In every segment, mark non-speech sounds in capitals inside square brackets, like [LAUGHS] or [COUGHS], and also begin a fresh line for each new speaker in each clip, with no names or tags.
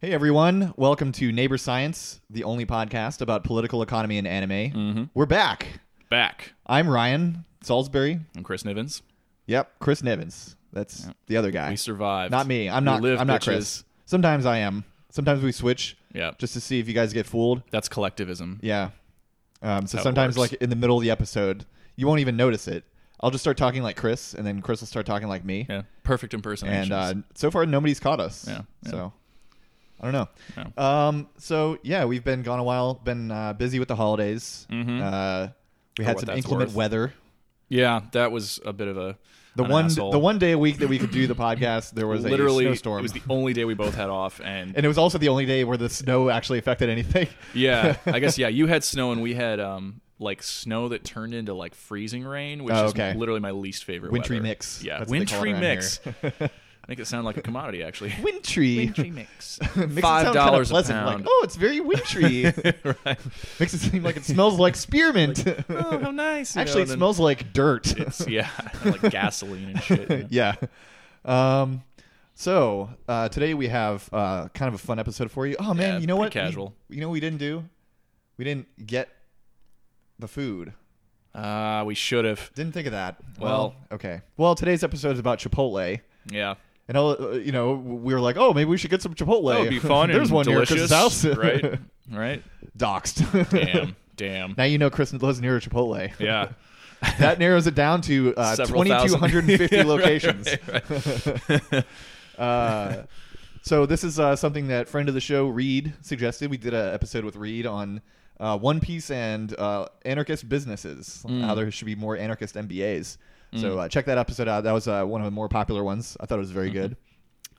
Hey everyone, welcome to Neighbor Science, the only podcast about political economy and anime.
Mm-hmm.
We're back.
Back.
I'm Ryan Salisbury.
I'm Chris Nivens.
Yep, Chris Nevins. That's the other guy.
We survived.
Not me. I'm
We
not.
live,
I'm not
bitches.
Chris. Sometimes I am. Sometimes we switch.
Yeah.
Just to see if you guys get fooled.
That's collectivism.
Yeah. Um, so
how it
sometimes,
works.
like in the middle of the episode, you won't even notice it. I'll just start talking like Chris, and then Chris will start talking like me.
Yeah. Perfect
and
impersonation.
uh, so far nobody's caught us.
Yeah, yeah.
So I don't know. Um. So yeah, we've been gone a while. Been uh, busy with the holidays. Uh, we had
Mm-hmm. Oh, what
some
that's
inclement
worth.
weather.
yeah, that was a bit of a
The
an
one
asshole.
the one day a week that we could do the podcast, there was
literally
a snowstorm.
It was the only day we both
[LAUGHS]
had off, and,
and it was also the only day where the snow actually affected anything. [LAUGHS]
yeah, I guess yeah, you had snow and we had um like snow that turned into like freezing rain, which
Oh, okay.
is literally my least favorite.
Wintry
weather.
mix.
Yeah,
That's what they call it
wintry
around
mix. Make it sound like a commodity, actually.
[LAUGHS] Wintry.
Wintry mix.
[LAUGHS] Makes it sound
Five
kinda
dollars a
pleasant, Like,
pound.
oh, it's very wintry.
[LAUGHS] right.
Makes it seem like it smells like
[LAUGHS]
spearmint.
[LAUGHS] Oh, how nice! you know,
Actually, it
and then-
smells like dirt. [LAUGHS]
It's, yeah, [LAUGHS] like gasoline and shit. you know.
yeah. Um, so uh, today we have uh, kind of a fun episode for you. Oh man,
Yeah,
you know
pretty
what?
casual.
We, you know what we didn't do? We didn't get the food.
Ah, we should have.
Didn't think of that.
Well-
okay. Well, today's episode is about Chipotle.
Yeah.
And uh, you know, we were like, "Oh, maybe we should get some Chipotle."
That would
[LAUGHS]
be fun
There's
and
one
delicious,
near Chris's house, [LAUGHS]
right? Right?
Doxed.
Damn. Damn.
[LAUGHS] now you know Chris lives near a Chipotle.
Yeah.
that narrows it down to uh,
Several thousand.
2,250
[LAUGHS] Yeah, right,
locations.
right, right.
[LAUGHS] Uh, so this is uh, something that friend of the show Reed suggested. We did an episode with Reed on uh, One Piece and uh, anarchist businesses.
Hmm.
How there should be more anarchist MBAs. So uh, check that episode out. That was uh, one of the more popular ones. I thought it was
Mm-hmm.
very good.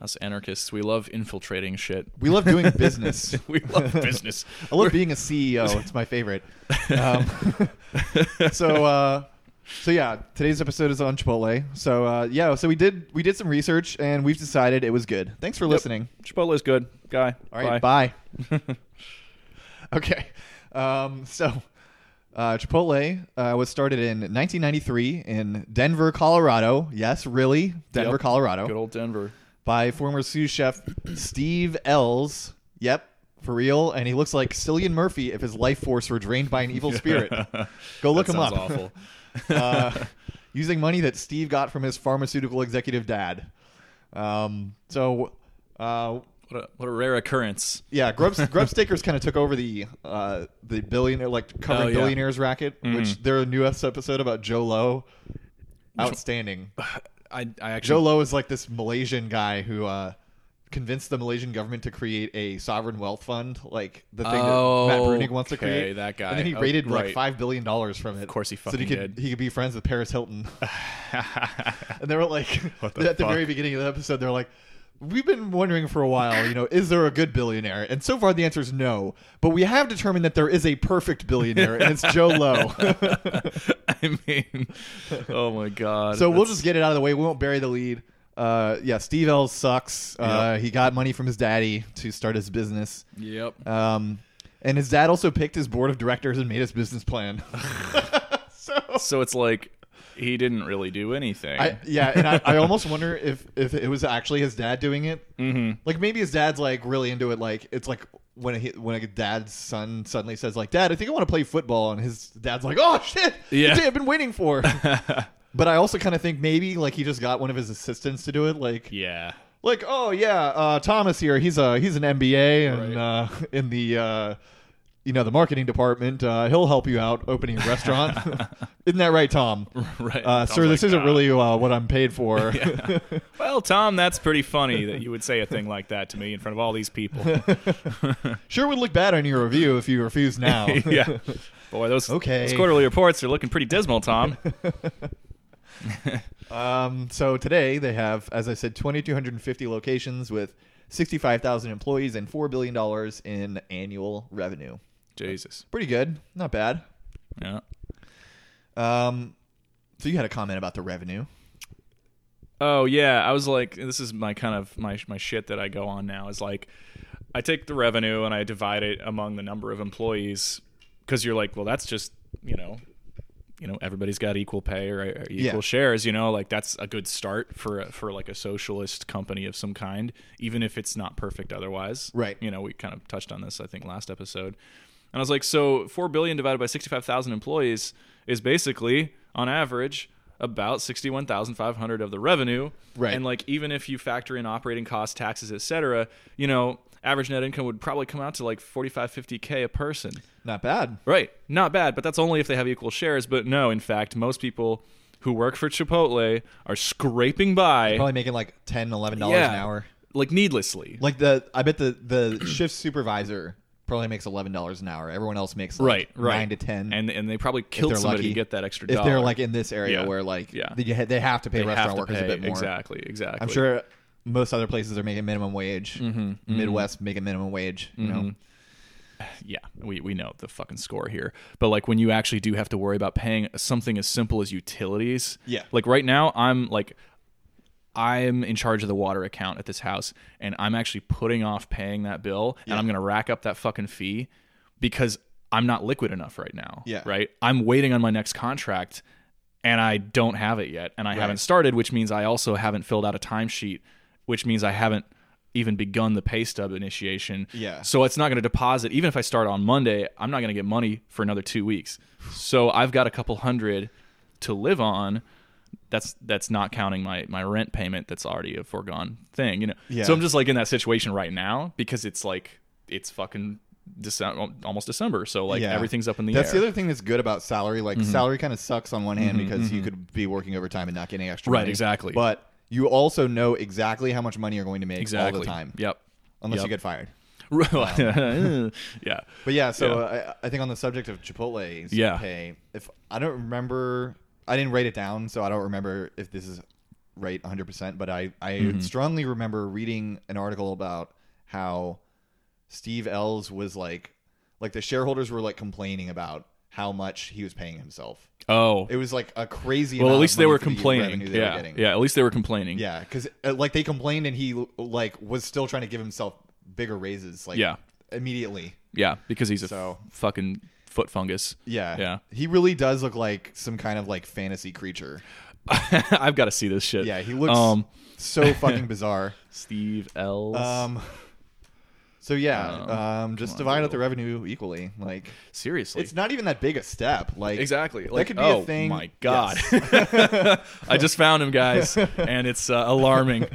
Us anarchists, we love infiltrating shit.
We love
[LAUGHS]
doing business. [LAUGHS]
We love business.
I love being a
[LAUGHS]
CEO. It's my [LAUGHS] favorite. Um, [LAUGHS] so, uh, so yeah, today's episode is on Chipotle. So uh, yeah, so we did we did some research and we've decided it was good. Thanks for listening.
Chipotle's good, guy.
All right, bye.
[LAUGHS]
okay, um, so uh, Chipotle uh, was started in 1993 in Denver, Colorado. Yes, really, Denver,
Yep.
Colorado,
Good old Denver.
by former sous chef Steve Ells. Yep, for real, and he looks like Cillian Murphy if his life force were drained by an evil
[LAUGHS]
spirit. Go look
that
him
sounds
up. [LAUGHS]
awful.
uh, [LAUGHS] using money that Steve got from his pharmaceutical executive dad. Um, so. Uh,
What a, what a rare occurrence. [SIGHS]
yeah,
[LAUGHS]
Grub, Grubstakers kind of took over the uh, the billionaire like covering
Oh, yeah. Mm-hmm.
billionaires racket, which their newest episode about Joe Low,
[LAUGHS]
outstanding.
I, I
Joe
[LAUGHS] actually.
Low is like this Malaysian guy who uh, convinced the Malaysian government to create a sovereign wealth fund, like the thing that Matt Brunig wants to
Oh,
create.
Okay, that
and then he
guy. Oh,
raided like
right.
five billion dollars from it. Of
course he
so he
fucking
could
did.
he could be friends with Paris Hilton. And they were
[LAUGHS]
like,
the
at the very
fuck?
beginning of the episode, they're like, we've been wondering for a while, you know, is there a good billionaire? And so far the answer is no. But we have determined that there is a perfect billionaire, and it's
[LAUGHS]
Joe Low.
I mean, oh my god.
so we'll
That's-
just get it out of the way. We won't bury the lead. Uh, yeah, Steve L sucks. Uh, He got money from his daddy to start his business.
Yep.
Um, and his dad also picked his board of directors and made his business plan.
[LAUGHS]
so
Uh, so it's like he didn't really do anything.
I, yeah, and I, I [LAUGHS] almost wonder if if it was actually his dad doing it. Mm-hmm. Like maybe his dad's like really into it. Like it's like when a, when a dad's son suddenly says like, "Dad, I think I want to play football," and his dad's like, "Oh shit,
Yeah.
the day I've been waiting [LAUGHS] for." but I also kind of think maybe like he just got one of his assistants to do it. Like
yeah.
like oh yeah, uh, Thomas here. He's a he's an MBA and uh, in the. Uh, you know the marketing department. Uh, he'll help you out opening a [LAUGHS] restaurant. Isn't that right, Tom?
[LAUGHS] Right.
Uh,
Sounds
sir, this
like,
isn't
uh,
really uh, what I'm paid
[LAUGHS]
for.
Well, Tom, that's pretty funny that you would say a thing like that to me in front of all these people.
[LAUGHS] [LAUGHS]
[LAUGHS]
sure would look bad on your review if you
[LAUGHS]
refuse now.
yeah. Boy, those,
Okay.
those quarterly reports are looking pretty
[LAUGHS]
dismal, Tom.
um, so today they have, as I said, 2,250 locations with 65,000 employees and $4 billion in annual revenue.
Jesus.
Pretty good. Not bad.
Yeah.
Um, so you had a comment about the revenue.
Oh yeah, I was like, this is my kind of my my shit that I go on now is like, I take the revenue and I divide it among the number of employees because you're like, well, that's just you know, you know everybody's got equal pay or, or
Yeah.
equal shares you know like that's a good start for a- for like a socialist company of some kind even if it's not perfect otherwise
Right.
you know we kind of touched on this i think last episode and i was like so 4 billion divided by 65,000 employees is basically on average about 61,500 of the revenue
Right.
and like even if you factor in operating costs taxes etc you know average net income would probably come out to like 45 50k a person
Not bad.
Right. Not bad, but that's only if they have equal shares. But no, in fact, most people who work for Chipotle are scraping by
Probably making like 10 11 dollars an
Yeah.
hour.
like needlessly.
Like the I bet the the shift supervisor probably makes eleven dollars an hour. Everyone else makes like
right, right.
nine to ten.
And and they probably
if
killed
they're
somebody
lucky.
to get that extra
If
dollar.
they're like in this area
Yeah.
where like
Yeah.
they, ha- they have to pay
They have
restaurant
to
workers
pay.
a bit more.
Exactly, exactly. Mm-hmm.
I'm sure most other places are making minimum wage. Midwest making minimum wage. You know,
yeah, we, we know the fucking score here. But like when you actually do have to worry about paying something as simple as utilities.
Yeah.
Like right now, I'm like, I'm in charge of the water account at this house, and I'm actually putting off paying that bill, and I'm gonna rack up that fucking fee because I'm not liquid enough right now.
Yeah.
Right. I'm waiting on my next contract, and I don't have it yet, and I haven't started, which means I also haven't filled out a timesheet, which means I haven't even begun the pay stub initiation.
Yeah.
So it's not going to deposit. Even if I start on Monday, I'm not going to get money for another two weeks. So I've got a couple hundred to live on. That's that's not counting my my rent payment. That's already a foregone thing, you know.
Yeah.
So I'm just like in that situation right now because it's like it's fucking December, almost December. So like
Yeah.
everything's up in the
That's
air. Mm-hmm.
the other thing that's good about salary. Like salary kind of sucks on one hand because you could be working overtime and not getting extra.
Right,
money.
exactly.
But you also know exactly how much money you're going to make
exactly.
all the time,
Yep.
unless
Yep.
you get fired.
[LAUGHS] yeah.
But yeah, so
Yeah.
uh, I, I think on the subject of Chipotle's
Yeah.
pay, if I don't remember, I didn't write it down, so I don't remember if this is right 100%, but I, I
Mm-hmm.
strongly remember reading an article about how Steve Ells was like, like the shareholders were like complaining about how much he was paying himself.
Oh.
It was like a crazy.
well,
amount
at
of
least they
money
were
for the
complaining.
revenue they were
yeah.
getting.
yeah. At least they were complaining.
Yeah, because uh, like they complained and he like was still trying to give himself bigger raises. Like
Yeah.
immediately.
Yeah, because he's a
So-
f- fucking foot fungus.
Yeah.
Yeah.
He really does look like some kind of like fantasy creature.
[LAUGHS] I've got to see this shit.
Yeah, he looks
Um, [LAUGHS]
so fucking bizarre.
Steve Ells.
Um so yeah, um,
Um,
just
on,
divide up
Google.
the revenue equally. Like
Seriously.
it's not even that big a step. Like
exactly.
That
Like,
could be
oh
a thing.
my god. [LAUGHS]
Yes. [LAUGHS]
I just found him, guys, and it's uh, alarming.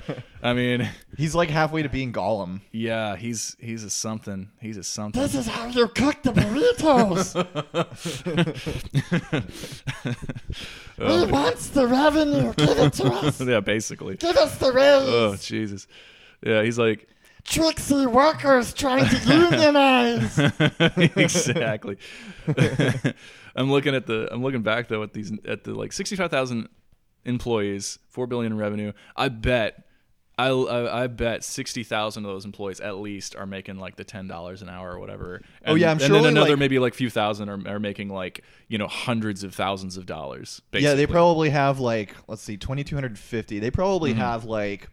I mean,
He's like halfway to being Gollum.
yeah, he's he's a something. He's a something.
This is how you cook the
[LAUGHS]
burritos.
Oh,
the revenue. Give it to
[LAUGHS]
us.
[LAUGHS] yeah, basically.
Give us the raise.
Oh Jesus. Yeah, he's like
Tricksy workers trying to unionize.
[LAUGHS]
[LAUGHS]
exactly. I'm looking at the. I'm looking back though at these at the like 65,000 employees, four billion in revenue. I bet. I, I, I bet sixty thousand of those employees at least are making like the ten dollars an hour or whatever. And,
Oh, yeah, I'm
and
sure
then
only,
another
like-
maybe like few thousand are, are making like you know hundreds of thousands of dollars. Basically.
Yeah, they probably have like let's see, twenty two hundred fifty. They probably
Mm-hmm.
have like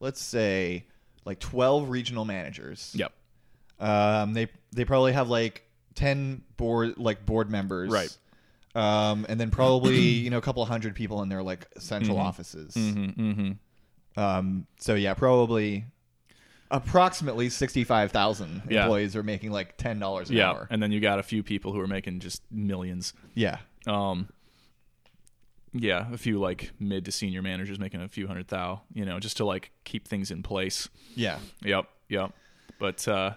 let's say like twelve regional managers.
Yep.
Um, they they probably have like ten board like board members.
Right.
Um, and then probably [CLEARS THROAT] you know a couple hundred people in their like central offices.
Mm-hmm.
Um, so yeah, probably approximately sixty five thousand
Yeah.
employees are making like ten dollars an
Yeah,
hour.
and then you got a few people who are making just millions.
Yeah.
um yeah a few like mid to senior managers making a few hundred thou you know just to like keep things in place
Yeah.
yep yep but uh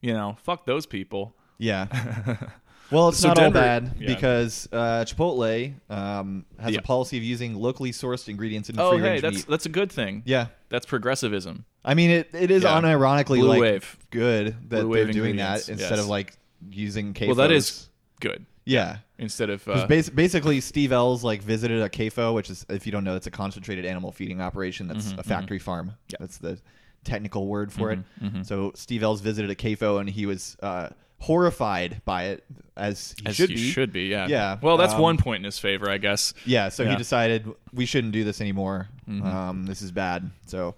you know fuck those people
Yeah.
[LAUGHS]
Well, it's
So
not
Denver-
all bad
yeah.
because uh, Chipotle um, has
Yeah.
a policy of using locally sourced ingredients in
oh
free
hey
range
that's
meat.
that's a good thing
Yeah,
that's progressivism
I mean it. It is
Yeah.
unironically
Blue
like
wave.
good that
Blue
they're
wave
doing
ingredients,
that instead
yes.
of like using KFO.
well that is good
yeah.
instead of
'Cause
uh,
bas- basically, Steve Ells like visited a CAFO, which is, if you don't know, it's a concentrated animal feeding operation. That's a factory farm.
Mm-hmm, Yeah. Mm-hmm,
That's the technical word for it. So Steve Ells visited a CAFO, and he was uh, horrified by it, as he
as
should
you
be.
should be yeah
Yeah,
well that's
um,
one point in his favor i guess
Yeah, so
Yeah. Mm-hmm.
he decided we shouldn't do this anymore. Um, this is bad. So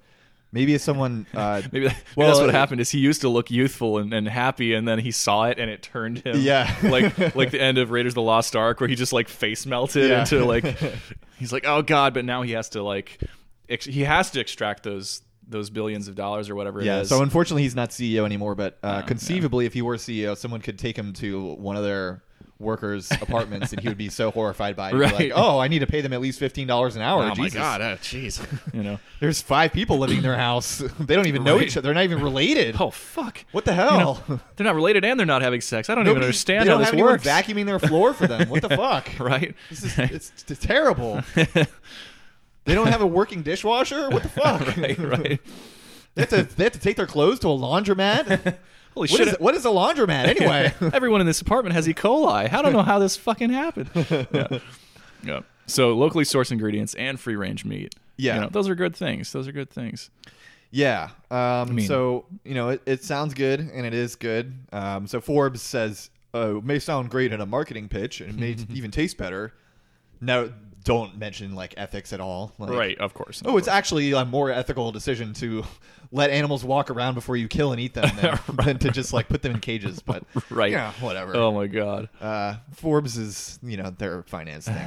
Maybe if someone, uh,
[LAUGHS] Maybe, that, maybe
Well,
that's what
it-
happened. Is he used to look youthful and, and happy, and then he saw it, and it turned him.
Yeah. [LAUGHS]
like like the end of Raiders of the Lost Ark, where he just like face melted
Yeah. [LAUGHS]
into like he's like oh god, but now he has to like ex- he has to extract those those billions of dollars or whatever it
yeah.
is.
So unfortunately, he's not CEO anymore. But uh,
Oh,
conceivably, if he were CEO, someone could take him to one of their
[LAUGHS]
workers' apartments, and he would be so horrified by it. He'd be
Right.
like, oh, I need to pay them at least fifteen dollars an hour.
oh my
Jesus. [LAUGHS]
god, oh jeez, you know.
There's five people living in
[CLEARS THROAT]
their house. [LAUGHS] they don't even know
Right.
each other. They're not even related.
Oh fuck!
What the
You
hell? [LAUGHS]
know, they're not related, and they're not having sex. I don't even
Nobody-
understand
they
how
don't
this
have
works. [LAUGHS]
anyone vacuuming their floor for them. What the fuck? [LAUGHS]
right? [LAUGHS]
This is it's, t- terrible. they don't have a working dishwasher. What the fuck?
[LAUGHS] right, right.
They have to they have to take their clothes to a
[LAUGHS]
laundromat.
Holy
What
shit!
is, what is a laundromat anyway? [LAUGHS]
[LAUGHS] Everyone in this apartment has E. coli. I don't know how this
[LAUGHS]
fucking happened. Yeah. Yeah. So locally sourced ingredients and free range meat.
Yeah.
You know, those are good things. Those are good things.
yeah. Um,
mean-
so you know it, it sounds good and it is good. Um, so Forbes says oh, it may sound great in a marketing pitch and it may
[LAUGHS]
even taste better. No, don't mention like ethics at all. Like,
right, of course.
Oh, it's actually a more ethical decision to [LAUGHS] let animals walk around before you kill and eat them
[LAUGHS]
than, than to just like put them in cages. But
Right.
yeah, whatever.
Oh my god.
Uh, Forbes is you know their finance
[LAUGHS]
thing.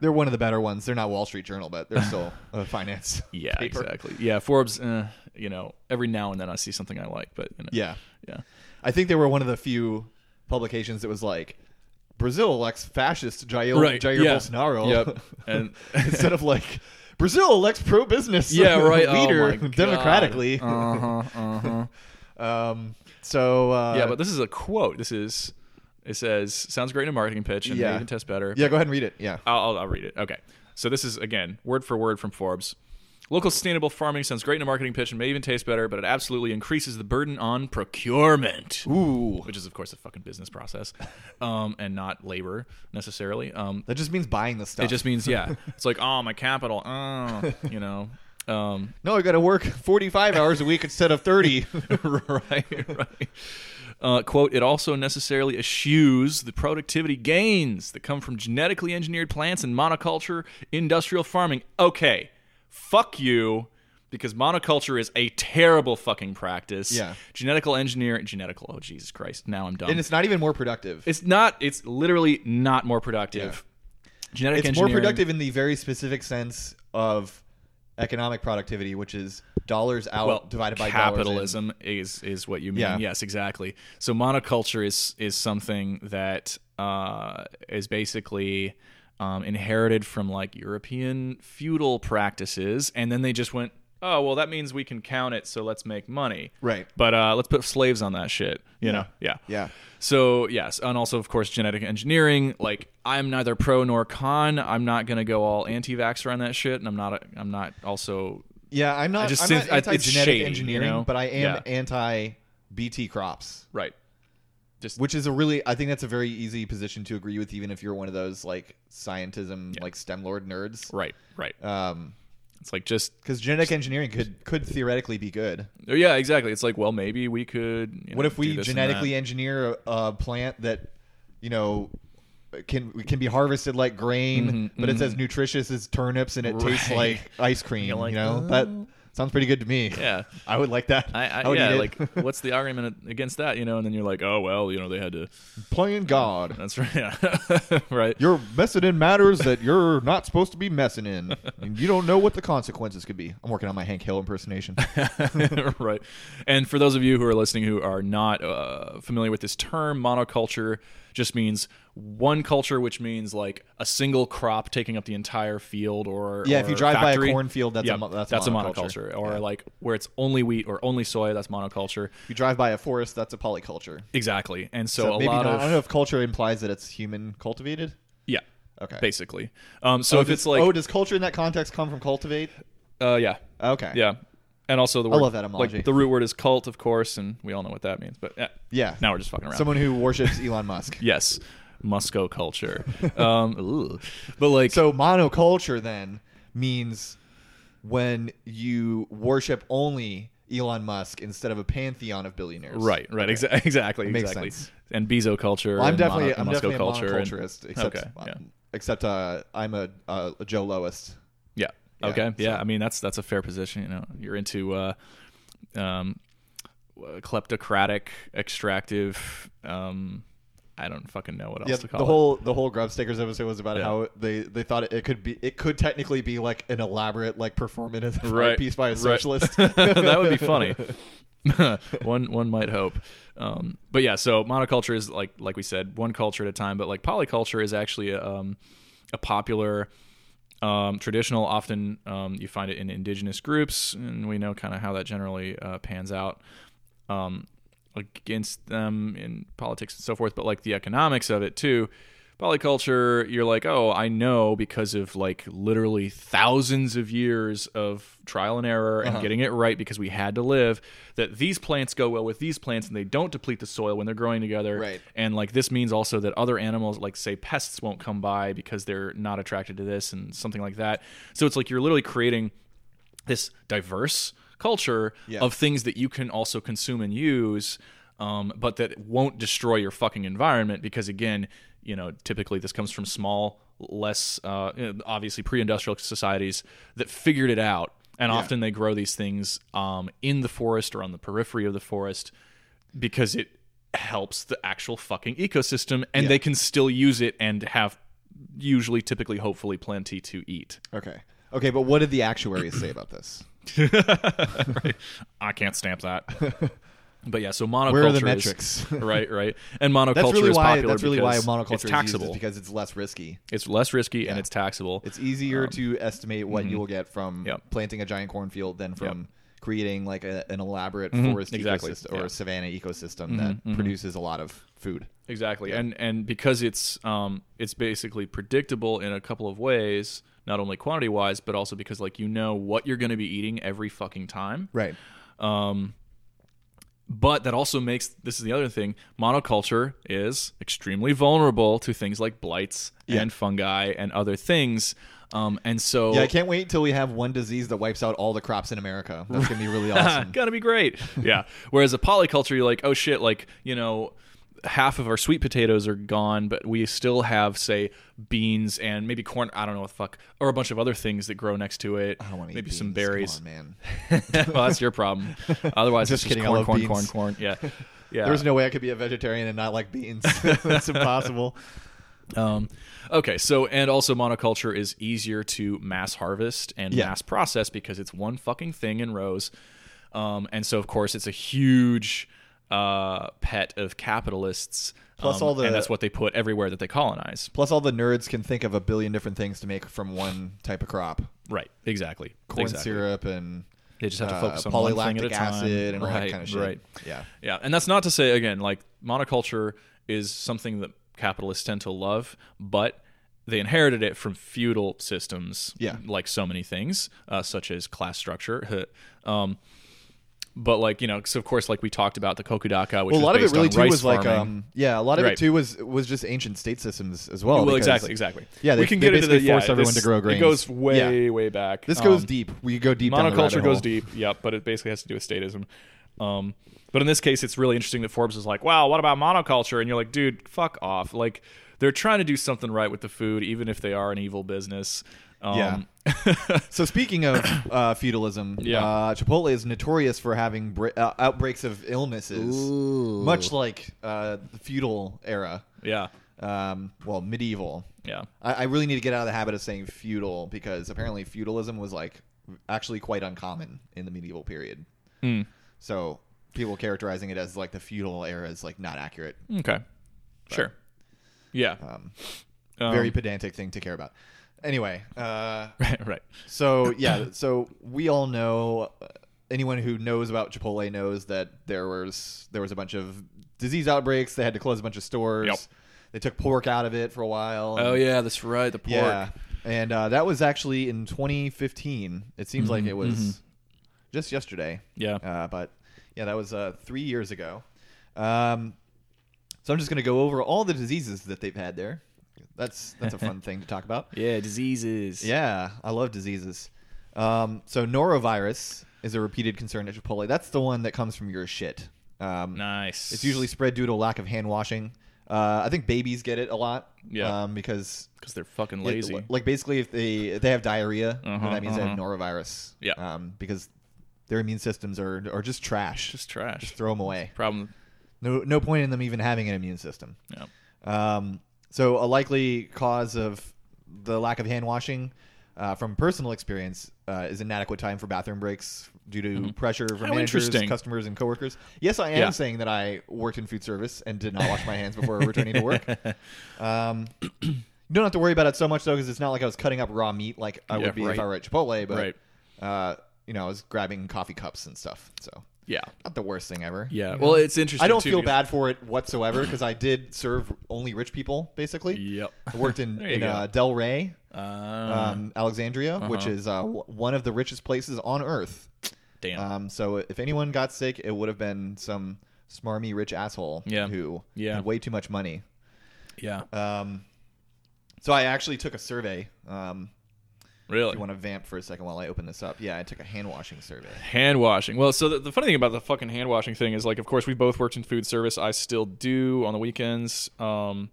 they're one of the better ones. They're not Wall Street Journal, but they're
[LAUGHS]
still a finance.
Yeah,
paper.
exactly. Yeah, Forbes, uh, you know, every now and then I see something I like, but you know,
Yeah, [LAUGHS]
Yeah.
I think they were one of the few publications that was like Brazil elects fascist Jair,
Right,
Jair
yeah.
Bolsonaro.
Yep. [LAUGHS] And
[LAUGHS] Instead of like Brazil elects pro business
yeah,
[LAUGHS]
right. Oh,
leader
my God.
democratically.
Uh-huh, uh-huh.
[LAUGHS] Um, so uh,
yeah, but this is a quote. This is it says sounds great in a marketing pitch and
Yeah.
may even test better.
yeah, go ahead and read it. Yeah,
I'll, I'll, I'll read it. Okay. So this is, again, word for word from Forbes. Local sustainable farming sounds great in a marketing pitch and may even taste better, but it absolutely increases the burden on procurement.
ooh,
Which is, of course, a fucking business process um, and not labor necessarily. Um,
that just means buying the stuff.
it just means, yeah, it's like, oh, my capital, oh, you know. Um,
no, I got to work forty-five hours a week instead of
[LAUGHS]
thirty. [LAUGHS]
right, right. Uh, quote, it also necessarily eschews the productivity gains that come from genetically engineered plants and monoculture industrial farming. Okay, fuck you, because monoculture is a terrible fucking practice.
Yeah.
Genetical engineer, genetical, oh, Jesus Christ, now I'm dumb.
and
It's,
it's not even more productive.
not, it's literally not more productive. Genetic
it's more
engineering.
productive in the very specific sense of economic productivity, which is dollars out
well,
Oh, divided by dollars in.
capitalism is is what you mean.
Yeah.
Yes, exactly. So monoculture is is something that uh, is basically um, inherited from like European feudal practices, and then they just went, oh well, that means we can count it, so let's make money.
Right.
But uh, let's put slaves on that shit. You know. Yeah.
Yeah.
So yes, and also of course genetic engineering. Like I'm neither pro nor con. I'm not gonna go all anti-vaxxer on that shit, and I'm not. A, I'm not also
Yeah, I'm not.
I just
I'm
think-
not
I- it's
anti genetic
shady, you
engineering,
know?
but I am
Yeah.
anti BT crops,
right.
which is a really. I think that's a very easy position to agree with, even if you're one of those like scientism, like STEM lord nerds.
Right. Right.
Um,
It's like just
because genetic engineering could could theoretically be good.
oh, yeah, exactly. It's like well, maybe we could. you know,
What if
do
we
this and
genetically
that.
engineer a, a plant that, you know, can can be harvested like grain, but it's as nutritious as turnips and it tastes
Mm-hmm, Right.
like
[LAUGHS]
ice cream?
like,
you
"Oh."
know, that sounds pretty good to me.
Yeah.
[LAUGHS] I would like that.
I, I,
would
yeah,
eat it.
like
[LAUGHS]
what's the argument against that? You know, and then you're like, oh well, you know, they had to.
playing
[LAUGHS]
God.
That's right. Yeah. [LAUGHS] right.
You're [LAUGHS] messing in matters that you're not supposed to be messing in. And you don't know what the consequences could be. I'm working on my Hank Hill impersonation.
right. And for those of you who are listening who are not uh, familiar with this term, monoculture just means one culture, which means like a single crop taking up the entire field or
Yeah, if
or
you drive by a
factory.
cornfield, that's a mo- that's a monoculture.
monoculture. Or like where it's only wheat or only soy, that's monoculture.
you drive by a forest, that's a polyculture.
Exactly. And so,
So
a
maybe
lot
not,
of
I don't know if culture implies that it's human cultivated.
yeah.
Okay.
Basically. Um so if
Does-
it's like
oh, does culture in that context come from cultivate?
uh yeah.
Okay.
Yeah. And also the word
love that etymology.
like the root word is cult of course and we all know what that means. But yeah.
Yeah.
Now we're just fucking around.
Someone who worships [LAUGHS] Elon Musk.
yes.
[LAUGHS]
Musco culture. um ooh. But like
So monoculture then means when you worship only Elon Musk instead of a pantheon of billionaires.
right, right. Exa- [LAUGHS] exactly.
makes
exactly.
sense.
And bezo culture.
Well, I'm
and
definitely
mono-
I'm
Musco
definitely a
culture and-
monoculturist. Except
okay. Yeah.
except uh, I'm a, uh, a Joe Lowest.
Yeah.
Yeah,
okay.
so-
Yeah. I mean, that's that's a fair position. You know, you're into uh, um, uh, kleptocratic, extractive. Um, I don't fucking know what else
Yeah,
to
the
call
whole the whole Grubstakers episode was about
Yeah.
how they, they thought it, it could be it could technically be like an elaborate like performative [LAUGHS]
it.
piece by a
right.
socialist.
[LAUGHS] that
[LAUGHS]
would be funny. [LAUGHS] one one might hope. Um, but yeah, so monoculture is like like we said, one culture at a time. But like polyculture is actually a, um, a popular, um, traditional. Often um, you find it in indigenous groups, and we know kind of how that generally uh, pans out um, against them in politics and so forth. But like the economics of it too. Polyculture, you're like, oh, I know because of like literally thousands of years of trial and error and getting it right because we had to live that these plants go well with these plants and they don't deplete the soil when they're growing together.
Right.
And like this means also that other animals, like say pests, won't come by because they're not attracted to this and something like that. So it's like you're literally creating this diverse culture
Yeah.
of things that you can also consume and use, um, but that won't destroy your fucking environment because again, you know, typically this comes from small, less uh, you know, obviously pre-industrial societies that figured it out, and often they grow these things um, in the forest or on the periphery of the forest because it helps the actual fucking ecosystem, and they can still use it and have usually, typically, hopefully, plenty to eat.
okay, okay, but what did the actuaries say about this?
Right. I can't
[LAUGHS]
stamp that. But yeah, so monoculture.
Where are the
is-
metrics?
[LAUGHS] right, right. And
[CLEARS THROAT]
monoculture
That's really
is
why.
popular
That's really why
because
monoculture
it's
is
taxable.
used is because it's less risky.
it's less risky and it's taxable.
It's easier to estimate what you will get from
Um, mm-hmm. Yep.
planting a giant cornfield than from creating like a, an elaborate forest
Mm-hmm. exactly,
ecosystem or
yeah. Mm-hmm.
a savanna ecosystem that produces a lot of food.
Exactly, and and because it's um it's basically predictable in a couple of ways, not only quantity wise, but also because like you know what you're going to be eating every fucking time.
Right.
But that also makes this is the other thing. Monoculture is extremely vulnerable to things like blights
Yeah.
and fungi and other things. Um, and so
Yeah, I can't wait till we have one disease that wipes out all the crops in America. That's gonna be
[LAUGHS]
really
Ah,
awesome.
gonna be great. Yeah. Whereas a polyculture, you're like, oh shit, like you know, half of our sweet potatoes are gone, but we still have say beans and maybe corn. I don't know what the fuck, or a bunch of other things that grow next to it.
I don't wanna eat
maybe some
beans. Come
berries.
on, man.
[LAUGHS] well, that's
[LAUGHS]
your problem. Otherwise,
Just
it's
kidding, I
Just corn,
love
corn,
beans.
corn, corn.
[LAUGHS]
Yeah. Yeah.
There's no way I could be a vegetarian and not like beans. [LAUGHS] That's impossible.
Um, okay, so and also monoculture is easier to mass harvest and
Yeah.
mass process because it's one fucking thing in rows, um, and so of course it's a huge uh, pet of capitalists.
Plus
um,
all the-
and that's what they put everywhere that they colonize.
Plus, all the nerds can think of a billion different things to make from one type of crop.
Right, exactly.
Corn
exactly.
syrup and
They just have to
uh,
focus on
polylactic
one thing at a time.
acid and all that
Right,
kind of shit.
right.
Yeah.
Yeah, and that's not to say again like monoculture is something that capitalists tend to love, but they inherited it from feudal systems.
Yeah.
like so many things, uh, such as class structure. [LAUGHS] um, but like you know, so of course, like we talked about the kokudaka, which
Well, a lot of it
based
really
on
too
rice
was like,
farming.
um, yeah, a lot of it
Right.
too was was just ancient state systems as well.
well,
because
exactly, exactly.
Yeah, they-
we can
they
get into the
basically force
yeah,
everyone
this-
to grow
It
grains.
goes way, way back.
This goes
Um,
deep. We go deep. down the rabbit
monoculture goes
hole.
deep yep but it basically has to do with statism um, but in this case it's really interesting that forbes is like wow what about monoculture and you're like dude fuck off like they're trying to do something right with the food even if they are an evil business um, yeah
So speaking of [COUGHS] uh, feudalism,
Yeah.
uh, Chipotle is notorious for having br- uh, outbreaks of illnesses, much like uh, the feudal era.
[LAUGHS] yeah
Um, well, medieval.
yeah
I, I really need to get out of the habit of saying feudal because apparently feudalism was like actually quite uncommon in the medieval period.
Hmm.
So people characterizing it as like the feudal era is like not accurate.
okay sure yeah
Um,
Um,
Very pedantic thing to care about. Anyway, uh,
[LAUGHS] right right
so yeah,
[COUGHS]
so we all know uh, anyone who knows about Chipotle knows that there was there was a bunch of disease outbreaks. They had to close a bunch of stores.
Yep.
They took pork out of it for a while.
oh yeah that's right the pork
Yeah. And uh, that was actually in 2015. It seems like it was just yesterday.
Mm-hmm. Yeah.
Uh, but yeah, that was uh, three years ago. Um, so I'm just going to go over all the diseases that they've had there. That's that's a
[LAUGHS]
fun thing to talk about.
yeah diseases
Yeah, I love diseases. Um, so norovirus is a repeated concern at Chipotle. That's the one that comes from your shit. Um,
nice
It's usually spread due to lack of hand washing. Uh, I think babies get it a lot.
Yeah.
Um, because
because they're fucking
it-
lazy.
like basically, if they if they have diarrhea, then
Uh-huh,
that means they have
uh-huh.
norovirus.
Yeah.
Um, because their immune systems are are just trash.
just trash.
Just throw them away.
Problem.
No no point in them even having an immune system.
Yeah.
Um, so a likely cause of the lack of hand washing. Uh, from personal experience, uh, is inadequate time for bathroom breaks due to pressure from
Mm-hmm. How
managers,
interesting.
customers, and coworkers. Yes, I am
Yeah.
saying that I worked in food service and did not wash my hands before returning to
[LAUGHS]
work. Um, [CLEARS THROAT] you don't have to worry about it so much though, because it's not like I was cutting up raw meat like I
Yeah,
would be
right.
if I were at Chipotle. But
Right.
uh, you know, I was grabbing coffee cups and stuff. So
Yeah.
not the worst thing ever.
Yeah.
you
Well,
know?
it's interesting.
I don't
too,
feel
because-
bad for it whatsoever because I did serve only rich people basically.
Yep.
I worked in,
[LAUGHS] There you
in
go.
uh, Del Rey,
Uh,
um, Alexandria, which is uh, w- one of the richest places on earth.
damn.
Um, so if anyone got sick, it would have been some smarmy rich asshole
Yeah.
who
Yeah.
had way too much money.
yeah.
Um, so I actually took a survey. Um, if
Really.
you want to vamp for a second while I open this up? Yeah, I took a hand washing survey.
Hand washing. Well, so the, the funny thing about the fucking hand washing thing is, like, of course, we both worked in food service. I still do on the weekends. Um,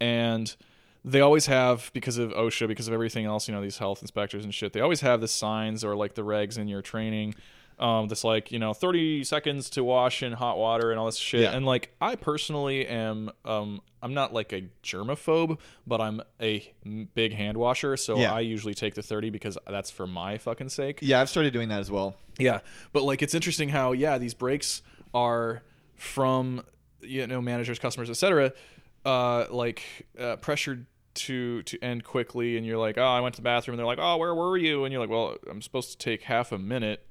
and they always have, because of OSHA, because of everything else, you know, these health inspectors and shit, they always have the signs or, like, the regs in your training um, that's like, you know, 30 seconds to wash in hot water and all this shit.
Yeah.
And, like, I personally am, um, I'm not like a germaphobe, but I'm a big hand washer. So
Yeah.
I usually take the 30 because that's for my fucking sake.
Yeah, I've started doing that as well.
Yeah, but like it's interesting how yeah these breaks are from you know managers, customers, etc. Uh, like uh, pressured to to end quickly, and you're like, oh, I went to the bathroom. And they're like, oh, where were you? And you're like, well, I'm supposed to take half a minute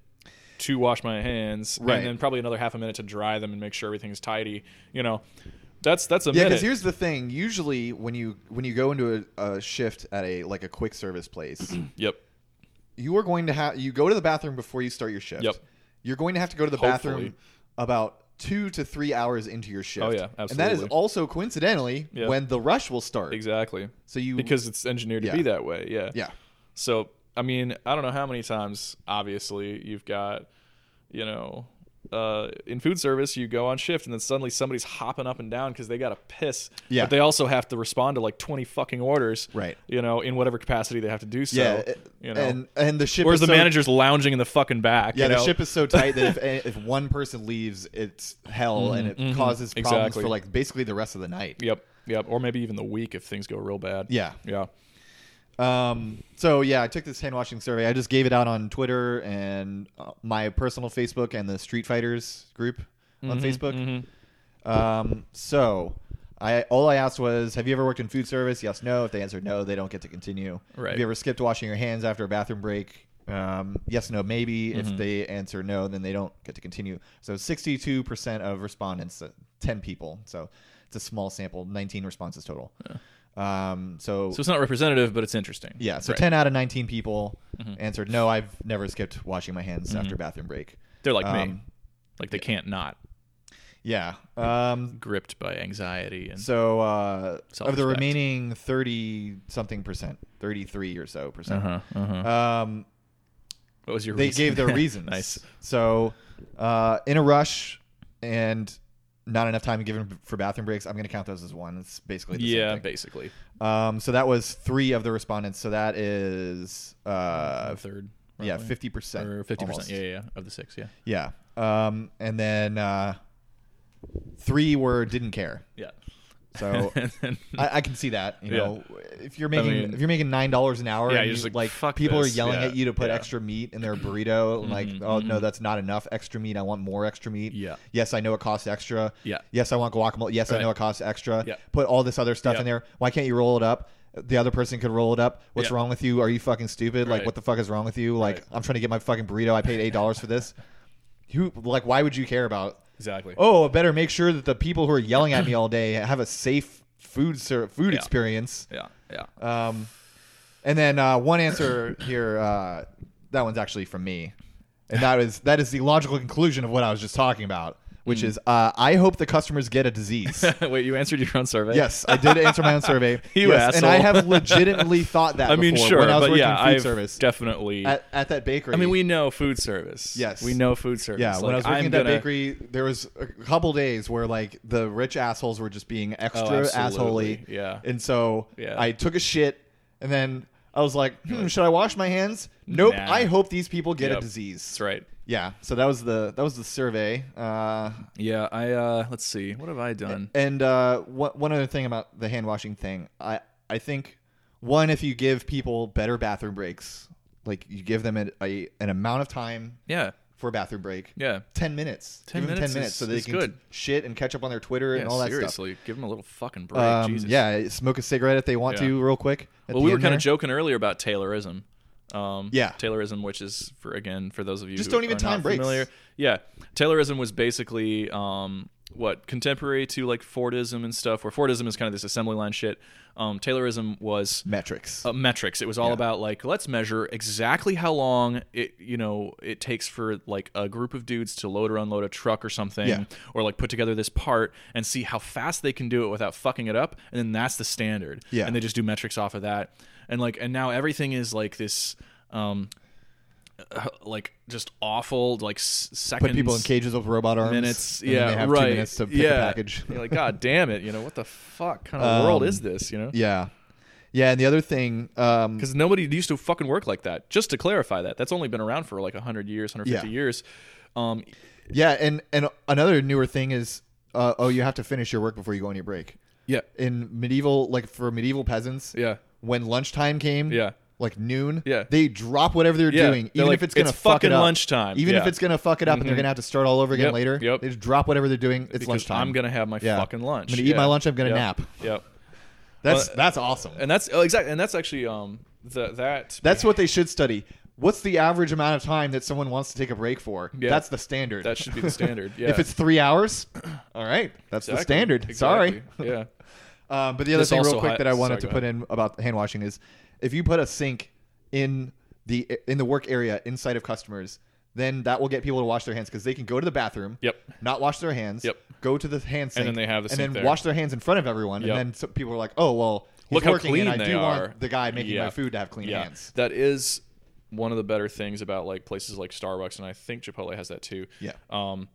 to wash my hands,
Right.
And then probably another half a minute to dry them and make sure everything's tidy. You know, that's that's a
Yeah,
minute.
because here's the thing. Usually, when you when you go into a, a shift at a like a quick service
[CLEARS THROAT]
place,
yep,
you are going to have you go to the bathroom before you start your shift.
Yep.
You're going to have to go to the
Hopefully.
bathroom about two to three hours into your shift.
Oh, yeah,
And that is
absolutely.
also coincidentally
Yeah.
when the rush will start.
exactly.
So you
Because it's engineered
Yeah.
to be that way. Yeah.
yeah.
So I mean, I don't know how many times. Obviously, you've got, you know, uh, in food service, you go on shift, and then suddenly somebody's hopping up and down because they got to piss.
Yeah.
But they also have to respond to like twenty fucking orders.
Right.
You know, in whatever capacity they have to do so.
Yeah. uh,
you know.
And and the ship
Whereas
is
the
so-
manager's lounging in the fucking back.
Yeah,
you
the
know?
ship is so tight that
[LAUGHS]
if if one person leaves, it's hell and it causes problems
Mm-hmm, exactly.
for like basically the rest of the night.
Yep. Yep. Or maybe even the week if things go real bad.
Yeah.
Yeah.
Um, so yeah, I took this hand washing survey. I just gave it out on Twitter and uh, my personal Facebook and the Street Fighters group on Facebook. Um, so I all I asked was, "Have you ever worked in food service?" Yes, no. If they answered no, they don't get to continue.
Right.
Have you ever skipped washing your hands after a bathroom break? Um, yes, no, maybe. If they answer no, then they don't get to continue. So sixty-two percent of respondents, uh, ten people. So it's a small sample, nineteen responses total. Um,
So it's not representative, but it's interesting.
yeah, so
Right. Mm-hmm.
10 out of 19 people answered, no, I've never skipped washing my hands after bathroom break.
They're like me.
Um,
Like they can't not
Yeah. Um,
gripped by anxiety and
so uh, of the
Self-respect.
remaining 30 something percent, 33 or so percent,
uh-huh.
um,
What was your?
they
reason?
gave
[LAUGHS]
their reasons.
nice.
So uh, in a rush and not enough time given for bathroom breaks, I'm going to count those as one. It's basically the
Yeah,
same thing.
basically.
Um, so that was three of the respondents. So that is, uh,
third.
yeah,
roughly.
50%.
Or fifty
almost.
percent. Yeah, yeah, yeah, of the six. Yeah.
Yeah. Um, and then uh, three were didn't care.
[LAUGHS] Yeah. [LAUGHS]
So [LAUGHS] I, I can see that. You
Yeah.
know, if you're making
mean-
if you're making nine dollars an hour,
Yeah,
and
you're
you-
just like,
like,
"Fuck
people
this."
are yelling
Yeah,
at you to put
yeah. Mm-hmm,
extra meat in their burrito. and like, oh no, that's not enough extra meat. I want more extra meat.
Yeah.
Yes, I know it costs extra.
Yeah.
Yes, I want guacamole. Yes,
Right.
I know it costs extra.
Yeah.
Put all this other stuff
Yeah.
in there. Why can't you roll it up? The other person could roll it up. What's
Yeah.
wrong with you? Are you fucking stupid?
Right.
Like, what the fuck is wrong with you? Like,
Right.
I'm trying to get my fucking burrito. I paid eight dollars for
[LAUGHS]
this. Who like? Why would you care about?
exactly.
oh, I better make sure that the people who are yelling at me all day have a safe food ser- food
Yeah.
experience.
Yeah. Yeah.
Um, and then uh, one answer here, uh, that one's actually from me, and that is that is the logical conclusion of what I was just talking about,
Mm.
which is uh, I hope the customers get a
[LAUGHS]
disease.
Wait, you answered your own survey?
Uh, yes, I did answer my own survey.
[LAUGHS] You
yes, and I
asshole.
have legitimately thought that.
[LAUGHS] I mean,
before,
sure,
when I was
but
working
yeah,
food
I've
service
definitely.
at, at that bakery.
I mean, we know food service.
Yes.
we know food service.
Yeah, when I
Like,
was working
I'm
at that
gonna-
bakery, there was a couple days where like the rich assholes were just being extra
Oh, absolutely.
assholey.
Yeah.
and so
Yeah.
I took a shit, and then I was like, hmm, should I wash my hands? Nope.
Nah.
I hope these people get a
Yep.
disease.
That's right.
Yeah. So that was the that was the survey. Uh,
Yeah, I uh let's see. What have I done?
and uh, one one other thing about the hand washing thing, I I think one if you give people better bathroom breaks, like you give them a, a an amount of time
Yeah.
for a bathroom break.
Yeah.
10 minutes.
10
Give them
minutes
10 minutes
is-
so they
is
can
good.
shit and catch up on their Twitter
yeah
and all that stuff.
seriously, give them a little fucking break.
Um,
Jesus.
Yeah, smoke a cigarette if they want
Yeah.
to real quick. at
Well,
the
we were
end
kind of
there.
joking earlier about Taylorism. Um,
Yeah.
Taylorism, which is for again for those of you
Just
who
don't even
are
time
not
breaks.
Familiar. Yeah, Taylorism was basically um, what contemporary to like Fordism and stuff. Where Fordism is kind of this assembly line shit. Um, Taylorism was
metrics.
uh, metrics. It was all about like let's measure exactly how long it you know it takes for like a group of dudes to load or unload a truck or something,
Yeah.
or like put together this part and see how fast they can do it without fucking it up, and then that's the standard.
Yeah.
and they just do metrics off of that, and like and now everything is like this. um uh, like just awful like s- seconds
Put people in cages with robot arms.
minutes
and
yeah
they have
right [LAUGHS]
two minutes to pick
yeah
a package. Um,
You're like god damn it you know what the fuck kind of world is this you know
[LAUGHS] yeah. Yeah, and the other thing, um,
because nobody used to fucking work like that. Just to clarify that, that's only been around for like 100 years, 150
Yeah.
years. Um,
yeah, and, and another newer thing is, uh, oh, you have to finish your work before you go on your break.
yeah,
In medieval, like for medieval peasants,
yeah,
when lunchtime came,
Yeah.
like noon,
Yeah.
they drop whatever they're
Yeah.
doing,
They're
even
like,
if it's gonna
"It's
fuck
fucking
it up.
lunchtime.
even if
Yeah. Mm-hmm.
it's gonna fuck it up and they're gonna have to start all over again
Yep.
later.
Yep.
They just drop whatever they're doing. It's
because
lunchtime.
I'm gonna have my
Yeah.
fucking lunch.
I'm gonna eat my
Yeah.
lunch. I'm gonna
Yep.
nap.
Yep,
That's
Well,
that's awesome.
uh, and that's oh, exactly, and that's actually um the that
That's what they should study. What's the average amount of time that someone wants to take a break for?
Yeah.
That's the standard.
that should be the standard.
[LAUGHS]
Yeah,
if it's three hours, [CLEARS THROAT] all right, that's the
Exactly.
standard. Sorry. [LAUGHS]
Exactly. Yeah,
Um, but the other
This
thing, real
also
quick,
hi-
that I wanted
sorry,
to
go
put in about hand washing is, if you put a sink in the in the work area inside of customers, then that will get people to wash their hands because they can go to the bathroom,
Yep.
not wash their hands,
Yep.
go to the hand sink,
then they have the
and then
sink there.
wash their hands in front of everyone,
Yep.
and then some people are like, oh well, he's
Look how
working,
clean
and I
they
do
are.
want the guy making
Yeah.
my food to have clean
yeah.
hands.
That is one of the better things about like places like Starbucks, and I think Chipotle has that too.
Yeah.
um,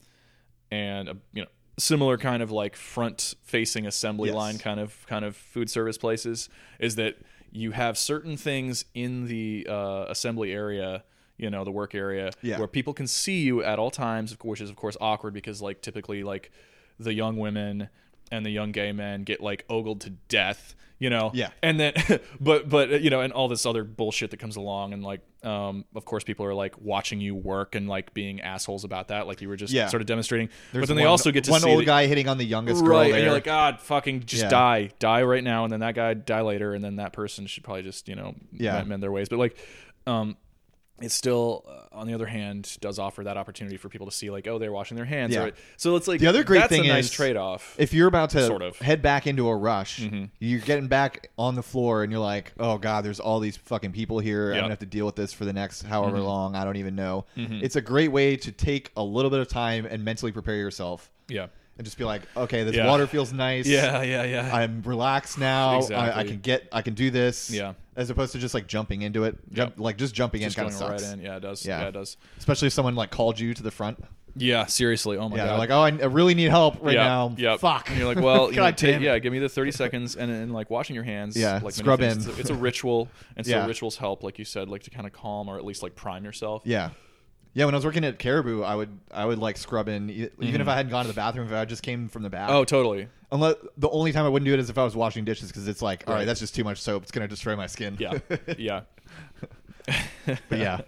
and a, you know similar kind of like front facing assembly
Yes.
line kind of kind of food service places is that you have certain things in the uh, assembly area you know the work area
Yeah.
where people can see you at all times of course- which is of course awkward because like typically like the young women and the young gay men get like ogled to death you know
Yeah.
and then [LAUGHS] but but you know and all this other bullshit that comes along and like um of course people are like watching you work and like being assholes about that like you were just
Yeah.
sort of demonstrating
There's
but then they
one-
also get to
one
see
old
that-
guy hitting on the youngest girl
right
there.
and you're like god fucking just
Yeah.
die die right now and then that guy die later and then that person should probably just you know
Yeah.
mend- mend their ways but like um it still uh, on the other hand does offer that opportunity for people to see like oh they're washing their hands
Yeah.
right so it's like
The other great
that's
thing
a nice
is-
trade-off
if you're about to
Sort of. Mm-hmm.
head back into a rush, you're getting back on the floor and you're like, oh God, there's all these fucking people here. I'm
Yeah. Mm-hmm.
going to have to deal with this for the next however long. I don't even know. It's a great way to take a little bit of time and mentally prepare yourself
yeah
and just be like, okay, this
Yeah.
water feels nice.
yeah yeah yeah
I'm relaxed now. I, I
Exactly.
can get, I can do this.
Yeah.
As opposed to just like jumping into it. Jump, Like just jumping
just
in
going
kind of sucks.
right in yeah it does
Yeah.
yeah it does
Especially if someone like called you to the front.
Yeah, seriously. Oh my
Yeah.
god.
They're like, oh, I I really need help right
yeah,
now.
yeah.
Fuck.
And you're like,
[LAUGHS]
well, you know,
God
ta-
damn it.
yeah. Give me the 30 seconds, and and like washing your hands.
Yeah,
like many
scrub
things.
in.
It's a, it's a ritual, and
[LAUGHS]
so
Yeah.
rituals help, like you said, like to kind of calm or at least like prime yourself.
Yeah. Yeah, when I was working at Caribou, I would I would like scrub in e- even if I hadn't gone to the bathroom, if I just came from the bath.
Mm-hmm. Oh, totally.
Unless the only time I wouldn't do it is if I was washing dishes because it's like, all right,
Right.
that's just too much soap. It's gonna destroy my skin. [LAUGHS]
Yeah, yeah.
but yeah,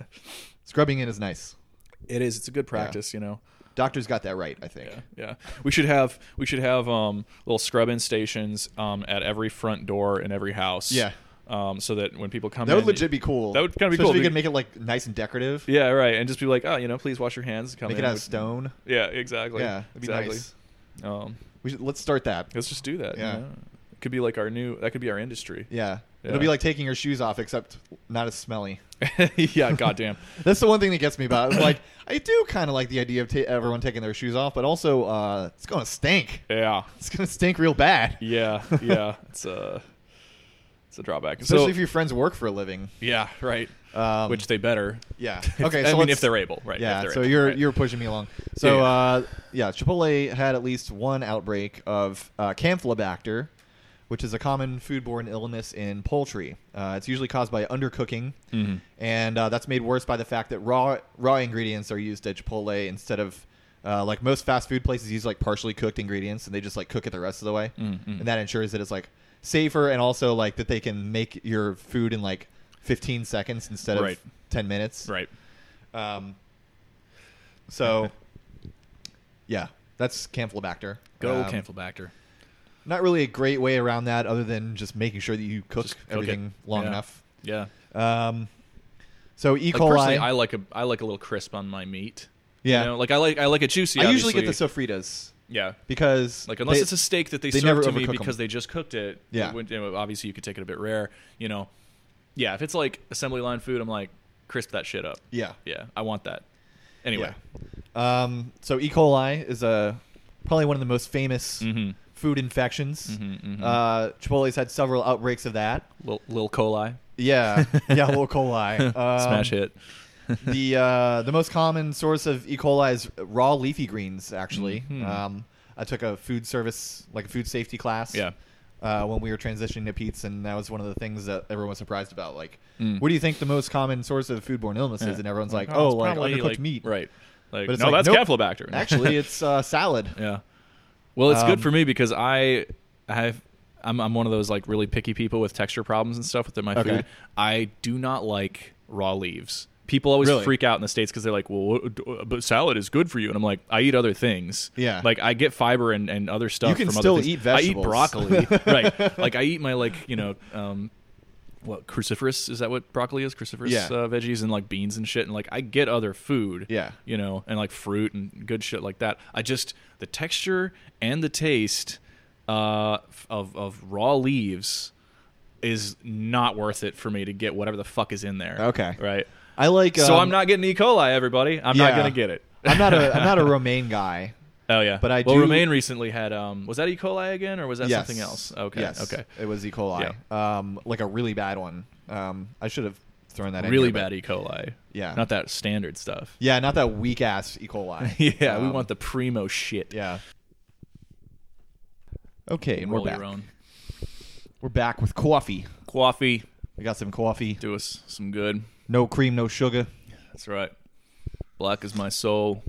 scrubbing in is nice.
[LAUGHS] it is. It's a good practice, you know.
Doctors got that right, I think.
Yeah, yeah. We should have we should have um, little scrub in stations um, at every front door in every house.
Yeah.
Um, so that when people come,
That would
in-
legit be cool.
That would kinda be
Especially
cool,
If we
be-
could make it like nice and decorative.
Yeah, right. And just be like, oh, you know, please wash your hands. Come
Make
in.
it out of
Would-
stone.
Yeah, exactly.
Yeah, it'd be
exactly.
nice.
Um,
We should, let's start that.
Let's just do that.
Yeah.
Could be like our new. That could be our industry.
Yeah. It'll be like taking your shoes off, except not as smelly.
[LAUGHS] [LAUGHS] yeah,
[LAUGHS]
goddamn.
That's the one thing that gets me about. It. Like I do kind of like the idea of ta- everyone taking their shoes off, but also uh, it's gonna stink.
Yeah,
It's gonna stink real bad,
yeah, yeah.
[LAUGHS]
It's a it's a drawback.
especially
so,
if your friends work for a living.
yeah, right.
Um,
Which they better.
yeah. Okay. so
I mean,
let's-
[LAUGHS] if they're able, right?
Yeah,
if they're
so
able,
you're
right.
you're pushing me along. So
Yeah.
uh, yeah, Chipotle had at least one outbreak of uh, Campylobacter, which is a common foodborne illness in poultry. Uh, it's usually caused by undercooking,
Mm-hmm.
and uh, that's made worse by the fact that raw raw ingredients are used at Chipotle instead of uh, like most fast food places use like partially cooked ingredients, and they just like cook it the rest of the way,
Mm,
and that ensures that it's like safer and also like that they can make your food in like 15 seconds instead
Right.
of 10 minutes.
right.
Um,
[LAUGHS]
so, yeah, that's Campylobacter.
Go
um,
Campylobacter.
Not really a great way around that, other than just making sure that you cook,
Just cook it.
everything long
Yeah.
enough.
Yeah.
Um, so E.
Like
coli.
personally, I like a I like a little crisp on my meat.
Yeah.
You know, like I like I like a juicy.
I usually
obviously.
get the sofritas
Yeah.
because
Like unless
they-
it's a steak that they,
they
served
never
to me
overcook 'em.
because they just cooked it.
Yeah.
it would- you know, obviously, you could take it a bit rare. You know. Yeah. If it's like assembly line food, I'm like crisp that shit up.
yeah
Yeah. I want that. Anyway.
Yeah. Um, so E. coli is a probably one of the most famous
Mhm.
food infections.
Mhm, mhm.
Uh, Chipotle's had several outbreaks of that.
Lil, Lil coli. [LAUGHS]
Yeah, yeah, E. coli. Um,
Smash hit.
the uh, the most common source of E. coli is raw leafy greens. Actually,
Mhm.
um, I took a food service, like a food safety class.
Yeah.
Uh, when we were transitioning to Pete's, and that was one of the things that everyone was surprised about. Like,
Mm.
what do you think the most common source of foodborne illness is?
Yeah.
And everyone's like,
[LAUGHS] oh,
oh,
it's
like
probably,
undercooked
like-
meat.
Right. Like,
But it's
no,
like,
that's
nope.
Campylobacter. [LAUGHS]
Actually, it's uh, salad.
yeah. Well, it's good
Um,
for me because I have I'm I'm one of those like really picky people with texture problems and stuff with my
Okay.
food. I do not like raw leaves. People always
Really?
freak out in the states because they're like, "Well, what, uh, but salad is good for you," and I'm like, "I eat other things.
Yeah.
like I get fiber and, and other stuff.
can
from
still
other things.
eat vegetables.
I
[LAUGHS]
eat broccoli, right? Like I eat my like you know, um, what cruciferous is that? What broccoli is cruciferous
Yeah.
uh, veggies and like beans and shit, and like I get other food
Yeah.
you know, and like fruit and good shit like that. I just the texture and the taste uh, f- of of raw leaves is not worth it for me to get whatever the fuck is in there.
Okay.
right.
I like.
so
um,
I'm not getting E. coli, everybody. I'm not
yeah.
gonna get it.
[LAUGHS] I'm not a. I'm
[LAUGHS]
not a romaine guy.
Oh yeah,
But I
well,
do-
Romaine recently had um, was that E. coli again or was that something else? Okay,
Yes.
okay,
It was E. coli. Um, like a really bad one. Um, I should have thrown that in.
really
here, but-
bad E. coli.
Yeah.
not that standard stuff.
Yeah, not that weak ass E. coli.
[LAUGHS] Yeah, we
Um,
want the primo shit.
Yeah. Okay, and we're
roll
back.
your own
We're back with coffee.
coffee.
I got some coffee.
Do us some good.
No cream, no sugar.
That's right. Black is my soul.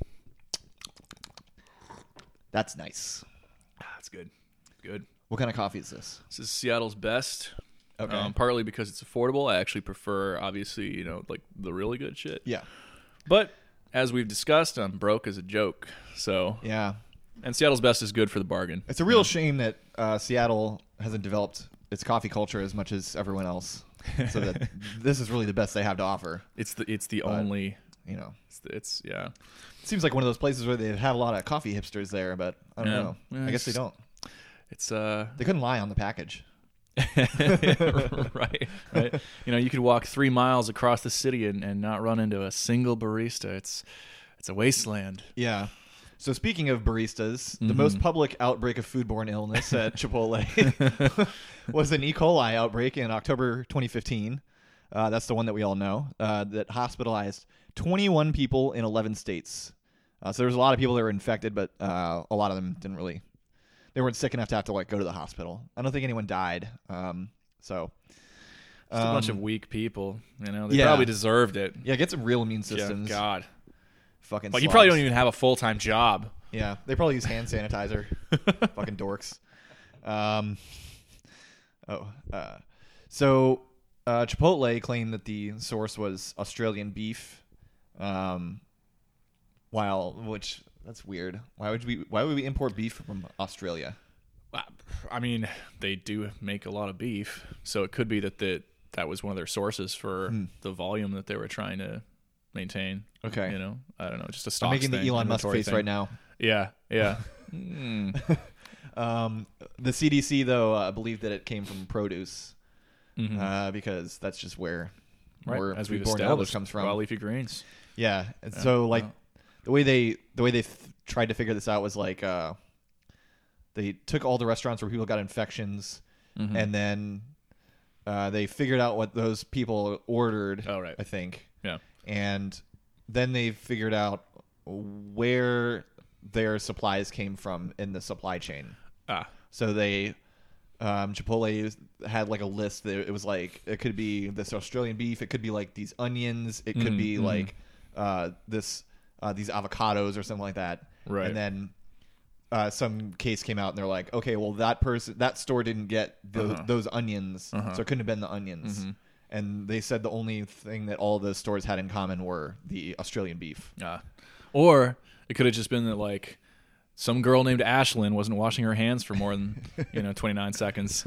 That's nice.
That's good. Good.
What kind of coffee is this?
This is Seattle's best.
Okay.
Um, partly because it's affordable. I actually prefer, obviously, you know, like the really good shit.
Yeah.
But as we've discussed, I'm broke as a joke. So,
Yeah.
and Seattle's best is good for the bargain.
It's a real shame that uh, Seattle hasn't developed its coffee culture as much as everyone else. So
[LAUGHS]
that this is really the best they have to offer.
It's the it's the only.
You know,
It's, the, it's yeah.
it seems like one of those places where they have a lot of coffee hipsters there, but I don't
Yeah.
know.
Yeah,
I guess they
it's-
don't.
It's uh
They couldn't lie on the package.
[LAUGHS] right right. You know, you could walk three miles across the city and, and not run into a single barista. It's it's a wasteland.
Yeah. So speaking of baristas, the
Mm-hmm.
most public outbreak of foodborne illness at
[LAUGHS]
Chipotle [LAUGHS] was an E. coli outbreak in October 2015. Uh, that's the one that we all know uh, that hospitalized 21 people in 11 states. Uh, so there was a lot of people that were infected, but uh, a lot of them didn't really. They weren't sick enough to have to like go to the hospital. I don't think anyone died. Um, so
Just a bunch
um,
of weak people. You know, they
yeah.
probably deserved it.
yeah, get some real immune
Yeah,
systems.
God.
Fucking
Like you probably
slobs.
don't even have a full time job.
Yeah, they probably use hand sanitizer.
[LAUGHS]
Fucking dorks. Um, oh, uh, so uh, Chipotle claimed that the source was Australian beef. Um, while which that's weird. Why would we? Why would we import beef from Australia?
I mean, they do make a lot of beef, so it could be that the, that was one of their sources for
Hmm.
the volume that they were trying to maintain.
Okay.
you know, I don't know, just a stock.
I'm making the Elon Musk face right now.
Yeah, yeah. Mm.
Um, the CDC though uh, believed that it came from produce. uh, because that's just where
Mm-hmm.
[LAUGHS]
Right,
where
as we've
Born
established,
comes from.
raw leafy greens.
Yeah. And so like the way they the way they th- tried to figure this out was like uh they took all the restaurants where people got infections
Mm-hmm.
and then uh, they figured out what those people ordered,
Oh, right.
I think.
Yeah,
And then they figured out where their supplies came from in the supply chain.
ah,
So they, um, Chipotle had like a list that it was like it could be this Australian beef, it could be like these onions, it could be like uh, this uh, these avocados or something like that.
Right.
And then uh, some case came out and they're like, okay, well that person that store didn't get tho- those onions, so it couldn't have been the onions. And they said the only thing that all those stores had in common were the Australian beef.
ah. Or it could have just been that like some girl named Ashlyn wasn't washing her hands for more than you know
[LAUGHS]
29 seconds.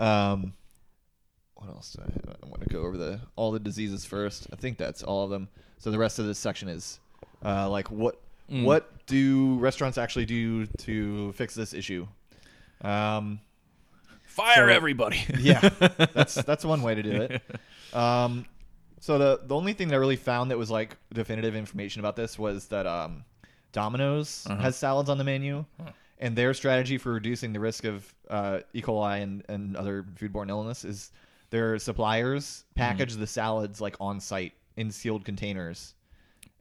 Um, what else do I have? I want to go over the all the diseases first. I think that's all of them. So the rest of this section is uh, like what what do restaurants actually do to fix this issue? Um,
Fire
So- [LAUGHS]
everybody. [LAUGHS]
yeah, that's that's one way to do it. Um, so the the only thing that I really found that was like definitive information about this was that um, Domino's
Uh-huh.
has salads on the menu, and their strategy for reducing the risk of uh, E. coli and and other foodborne illness is their suppliers
Mm.
package the salads like on site in sealed containers,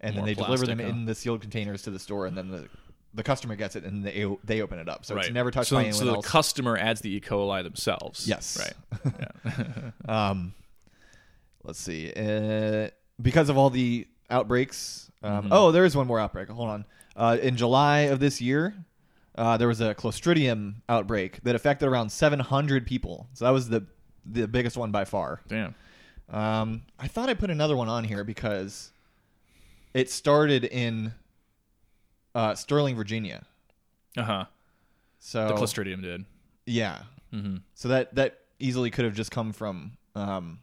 and
More
then they deliver them
plastic, huh?
in the sealed containers to the store, and then the the customer gets it and they they open it up, so it's
Right.
never touched
so,
by anyone
so the
else.
customer adds the E. coli themselves.
Yes.
Right. Yeah.
Um, let's see. Uh, because of all the outbreaks. Um, Oh, there is one more outbreak. Hold on. Uh, in July of this year, uh, there was a Clostridium outbreak that affected around 700 people. So that was the the biggest one by far.
Damn.
Um, I thought I put another one on here because it started in uh, Sterling, Virginia.
Uh huh.
So
The Clostridium did.
yeah. Mm-hmm. So that that easily could have just come from, um,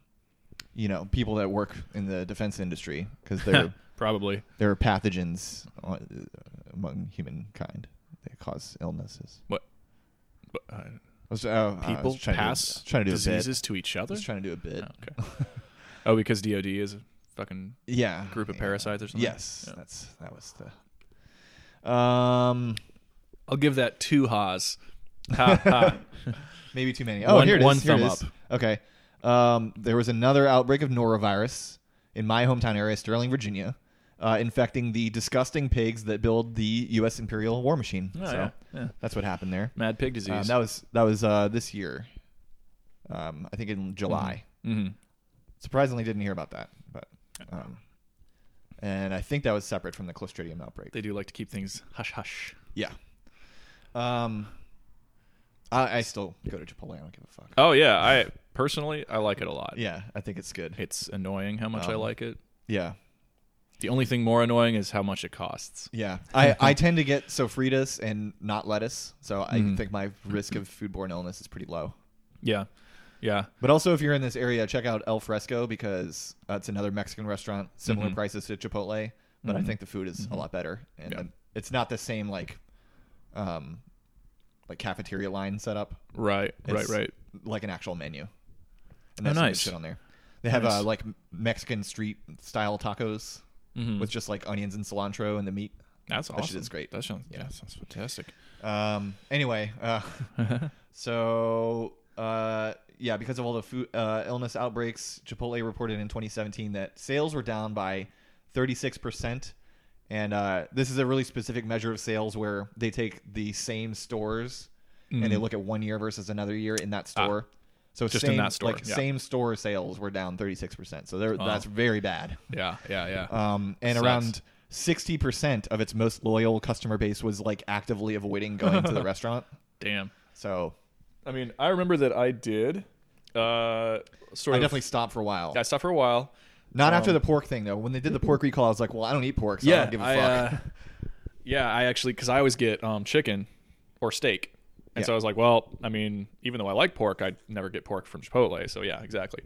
you know, people that work in the defense industry because
[LAUGHS]
there
Probably.
there are pathogens on, among humankind that cause illnesses.
What? but, uh,
I was, oh, I was
people
trying to do-
pass
trying to do a bit.
diseases to each
I
other.
was trying to do a bit.
Okay. oh, because DoD is a fucking
Yeah.
group of
Yeah.
parasites or something.
Yes,
Yeah.
that's that was the. Um,
I'll give that two ha's.
[LAUGHS]
Ha, ha.
maybe too many. Oh,
One-
here it is.
one
here it
thumb
is.
up.
Okay. Um, there was another outbreak of norovirus in my hometown area, Sterling, Virginia, uh, infecting the disgusting pigs that build the U.S. Imperial War Machine.
Oh,
so
yeah. Yeah. Uh,
that's what happened there.
Mad pig
Um,
disease.
that was that was uh, this year. Um, I think in July.
Mhm.
Surprisingly, didn't hear about that, but. Um, and I think that was separate from the Clostridium outbreak.
They do like to keep things hush hush.
Yeah. Um, I, I still go to Chipotle. I don't give a fuck.
Oh yeah, I personally I like it a lot.
Yeah, I think it's good.
It's annoying how much I
Um,
like it.
Yeah.
The only thing more annoying is how much it costs.
Yeah,
[LAUGHS]
I, I tend to get sofritas and not lettuce, so I
Mm-hmm.
think my risk of foodborne illness is pretty low.
Yeah. Yeah.
But also, if you're in this area, check out El Fresco because uh, it's another Mexican restaurant, similar
Mm-hmm.
prices to Chipotle, but I think the food is a lot better, and
Yeah.
it's not the same like, um, like cafeteria line setup.
Right.
It's
right, right.
Like an actual menu. And
Oh,
that's some good
nice.
shit on there. They have uh,
Nice.
like Mexican street style tacos
Mm-hmm.
with just like onions and cilantro and the meat.
That's awesome.
shit is great.
That sounds
Yeah.
yeah, sounds fantastic.
Um. Anyway,
[LAUGHS]
uh, so uh, yeah, because of all the food uh, illness outbreaks, Chipotle reported in 2017 that sales were down by 36 percent, and uh, this is a really specific measure of sales where they take the same stores and they look at one year versus another year in that store. so
Mm. Ah, Just in
same,
that store,
like
yeah.
same store sales were down 36 percent. So they're, that's very bad.
Yeah, yeah, yeah.
Um, and
Sucks.
around 60% of its most loyal customer base was like actively avoiding going
[LAUGHS]
to the restaurant.
Damn.
So
I mean, I remember that I did uh sort
I
of
definitely stopped for a while.
I stopped for a while.
Not after the pork thing though. When they did the pork recall, I was like, well, I don't eat pork, so I don't give a
I,
fuck.
uh, [LAUGHS] yeah, I actually because I always get um, chicken or steak, and
Yeah.
so I was like, well, I mean, even though I like pork, I'd never get pork from Chipotle. So yeah, exactly.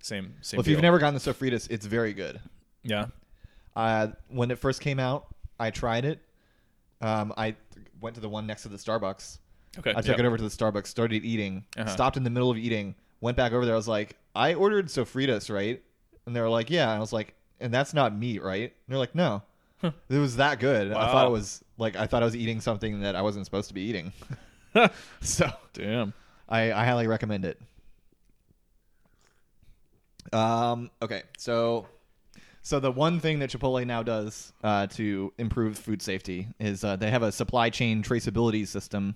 Same same.
well, if you've
deal.
never gotten the sofritas, it's very good.
yeah,
Uh, when it first came out, I tried it. Um, I went to the one next to the Starbucks,
Okay,
I took
yeah.
it over to the Starbucks, started eating,
Uh-huh.
stopped in the middle of eating, went back over there. I was like, I ordered sofritas, right? And they were like, Yeah. And I was like, And that's not meat, right? And they're like, No. It was that good. I thought
Wow.
it was like I thought I was eating something that I wasn't supposed to be
[LAUGHS]
eating. [LAUGHS] so
Damn.
I, I highly recommend it. Um, okay, so so the one thing that Chipotle now does uh, to improve food safety is uh, they have a supply chain traceability system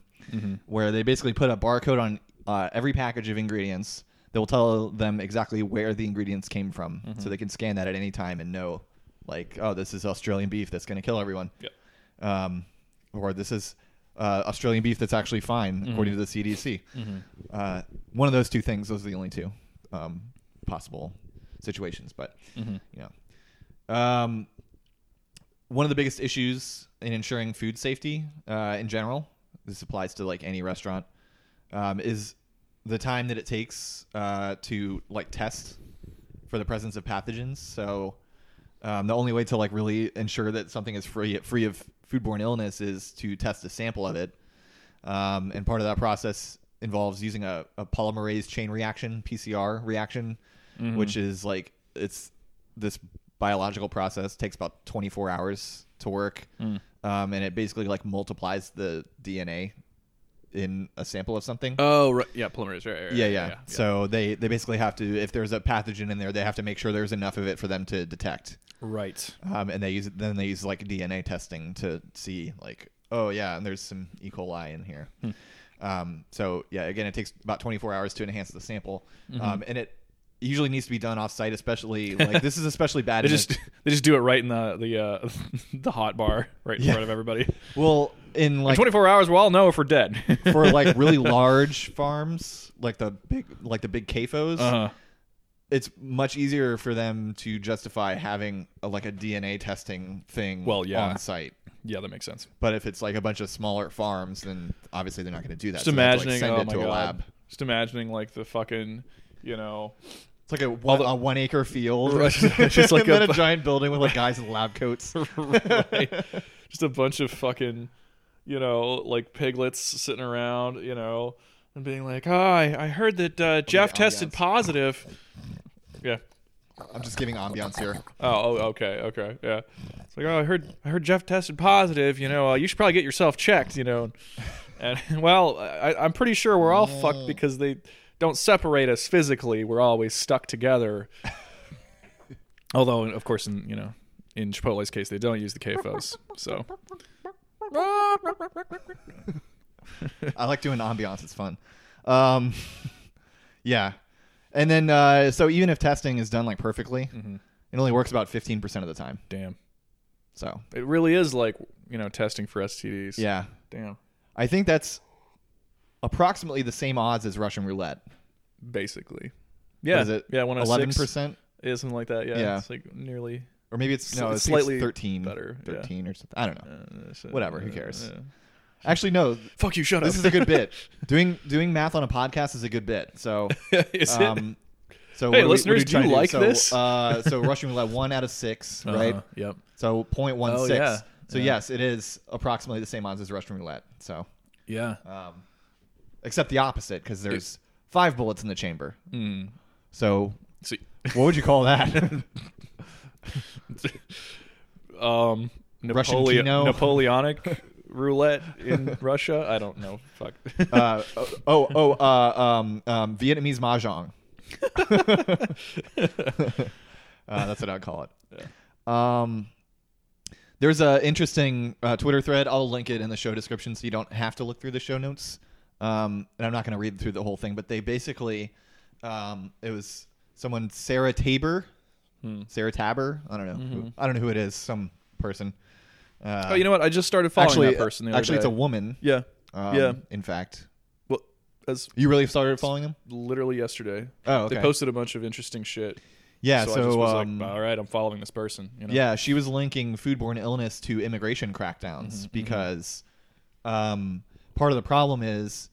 where they basically put a barcode on uh, every package of ingredients that will tell them exactly where the ingredients came from, so they can scan that at any time and know, like, oh, this is Australian beef that's going to kill everyone
Yep.
um, or this is uh, Australian beef that's actually fine according to the CDC. Uh, one of those two things; those are the only two um, possible situations. But you know, um, one of the biggest issues in ensuring food safety uh, in general, this applies to like any restaurant, um, is the time that it takes uh, to like test for the presence of pathogens. So um, the only way to like really ensure that something is free free of foodborne illness is to test a sample of it. Um, and part of that process involves using a, a polymerase chain reaction PCR reaction, which is like it's this biological process takes about 24 hours to work, um, and it basically like multiplies the DNA in a sample of something.
Oh right, yeah, polymerase. Right, right, right,
Yeah, yeah. So they they basically have to if there's a pathogen in there, they have to make sure there's enough of it for them to detect.
right.
Um, and they use then they use like DNA testing to see like oh yeah, and there's some E. coli in here. Um, so yeah, again, it takes about 24 hours to enhance the sample, um, and it usually needs to be done off site, especially like this is especially [LAUGHS] bad.
They
in a-
just [LAUGHS] they just do it right in the the uh, [LAUGHS] the hot bar right in
Yeah.
front
[LAUGHS]
of everybody.
well in
In
like
24 hours, we'll all know if we're dead.
for
[LAUGHS]
[LAUGHS] like really large farms, like the big like the big CAFOs.
uh,
it's much easier for them to justify having a, like a DNA testing thing
Well, yeah.
on site.
yeah, that makes sense.
But if it's like a bunch of smaller farms, then obviously they're not going to do that.
Just
So they have to,
imagining,
like,
oh
send
my
it to
god,
a lab.
just imagining like the fucking, you know,
It's like a one, a one acre field,
Right. [LAUGHS]
[LAUGHS]
Just like
and then
a-
a, giant building with like guys in lab coats.
[LAUGHS] right? just a bunch of fucking, you know, like piglets sitting around, you know, and being like, "Oh, I, I heard that uh, Jeff tested
ambiance.
positive." Yeah.
[LAUGHS] I'm just giving ambiance here.
Oh, oh, okay, okay, yeah. It's like, oh, I heard, I heard Jeff tested positive. You know, uh, you should probably get yourself checked. You know, and [LAUGHS] well, I, I'm pretty sure we're all fucked because they don't separate us physically. We're always stuck together. Although, of course, in you know, in Chipotle's case, they don't use the KFOS. So,
I like doing ambiance; it's fun. Um, [LAUGHS] yeah, and then uh, so even if testing is done like perfectly,
Mm-hmm.
it only works about 15 percent of the time.
damn,
So
it really is like you know, testing for STDs.
yeah,
damn,
I think that's approximately the same odds as Russian roulette.
basically. Yeah,
is it
yeah, one out of
eleven
six.
percent,
Yeah, something like that. Yeah,
Yeah.
it's like nearly.
or maybe it's
Sli-
no, it's
slightly
slightly thirteen,
better, yeah.
thirteen or something. I don't know.
uh, so-
Whatever, who cares?
uh,
Actually, no.
Fuck you, shut
This
up.
is a good [LAUGHS]
[LAUGHS]
bit. Doing doing math on a podcast is a good bit. So,
is it?
um, so
Hey,
what are we- what
listeners,
are we
do
trying
you
to
like
So,
this?
Uh,
[LAUGHS]
so Russian roulette, one out of 6 right?
Uh-huh, Yep.
So point one six.
Oh, yeah.
So
Yeah.
yes, it is approximately the same odds as Russian roulette. So,
Yeah.
um, except the opposite because there's five bullets in the chamber.
Mm.
So
See.
what would you call that?
[LAUGHS] um,
Russian
Napoleo-
Kino? [LAUGHS]
Napoleonic roulette in Russia. I don't know. Fuck.
[LAUGHS] uh,
[LAUGHS]
oh, oh, uh, um, um, Vietnamese mahjong. [LAUGHS] uh, that's what I'd call it. Um, there's a interesting uh, Twitter thread. I'll link it in the show description so you don't have to look through the show notes. Um, and I'm not going to read through the whole thing, but they basically, um, it was someone Sarah Tabor,
Hmm.
Sarah Tabor. I don't know. Who, I don't know who it is. Some person. Uh,
Mm-hmm. oh, you know what? I just started following
actually,
that person. The other
actually, it's a
day.
woman.
yeah.
Um,
yeah.
In fact,
Well, that's
you really started following them?
literally yesterday.
Oh, okay.
They posted a bunch of interesting shit.
Yeah.
so,
So,
I just was
um,
like, all right, I'm following this person. You know?
yeah, she was linking foodborne illness to immigration
Mm-hmm,
crackdowns because um, part of the problem is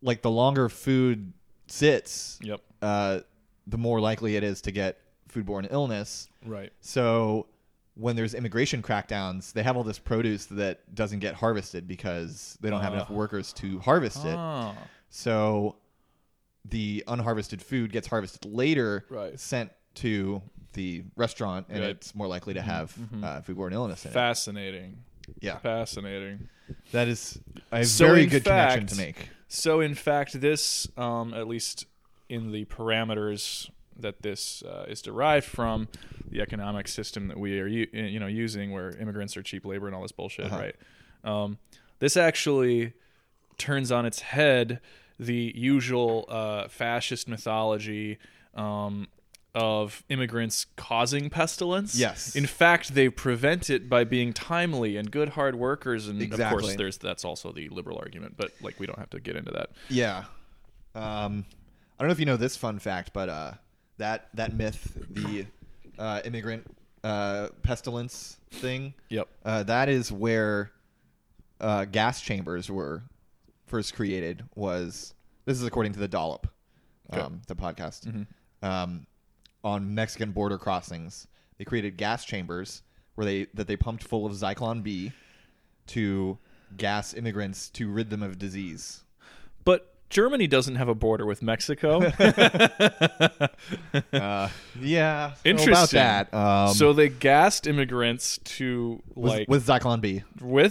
like the longer food sits,
Yep.
uh, the more likely it is to get foodborne illness.
Right.
So when there's immigration crackdowns, they have all this produce that doesn't get harvested because they don't have
Ah.
enough workers to harvest it.
Oh.
So the unharvested food gets harvested later,
Right.
sent to the restaurant, and
Right. Mm-hmm.
it's more likely to have uh, foodborne illness in it.
Fascinating.
Yeah,
Fascinating.
that is a
So
very
in
good connection
fact-
to make.
So, in fact, this, um, at least in the parameters that this uh, is derived from, the economic system that we are u- uh, you know using, where immigrants are cheap labor and all this bullshit, right? Um, this actually turns on its head the usual uh, fascist mythology. Um, of immigrants causing pestilence.
Yes.
In fact, they prevent it by being timely and good hard workers. And of
Exactly.
course, there's that's also the liberal argument, but like we don't have to get into that.
Yeah. Um, I don't know if you know this fun fact, but uh, that that myth, the uh, immigrant uh, pestilence thing,
Yep.
uh, that is where uh, gas chambers were first created. Was this is according to the Dollop, um, the podcast, um, on Mexican border crossings. They created gas chambers where they that they pumped full of Zyklon B to gas immigrants to rid them of disease.
But Germany doesn't have a border
[LAUGHS]
with Mexico, [LAUGHS]
uh, yeah. so
Interesting.
about that. Um,
so they gassed immigrants to
with,
like
with
with,
Zyklon B,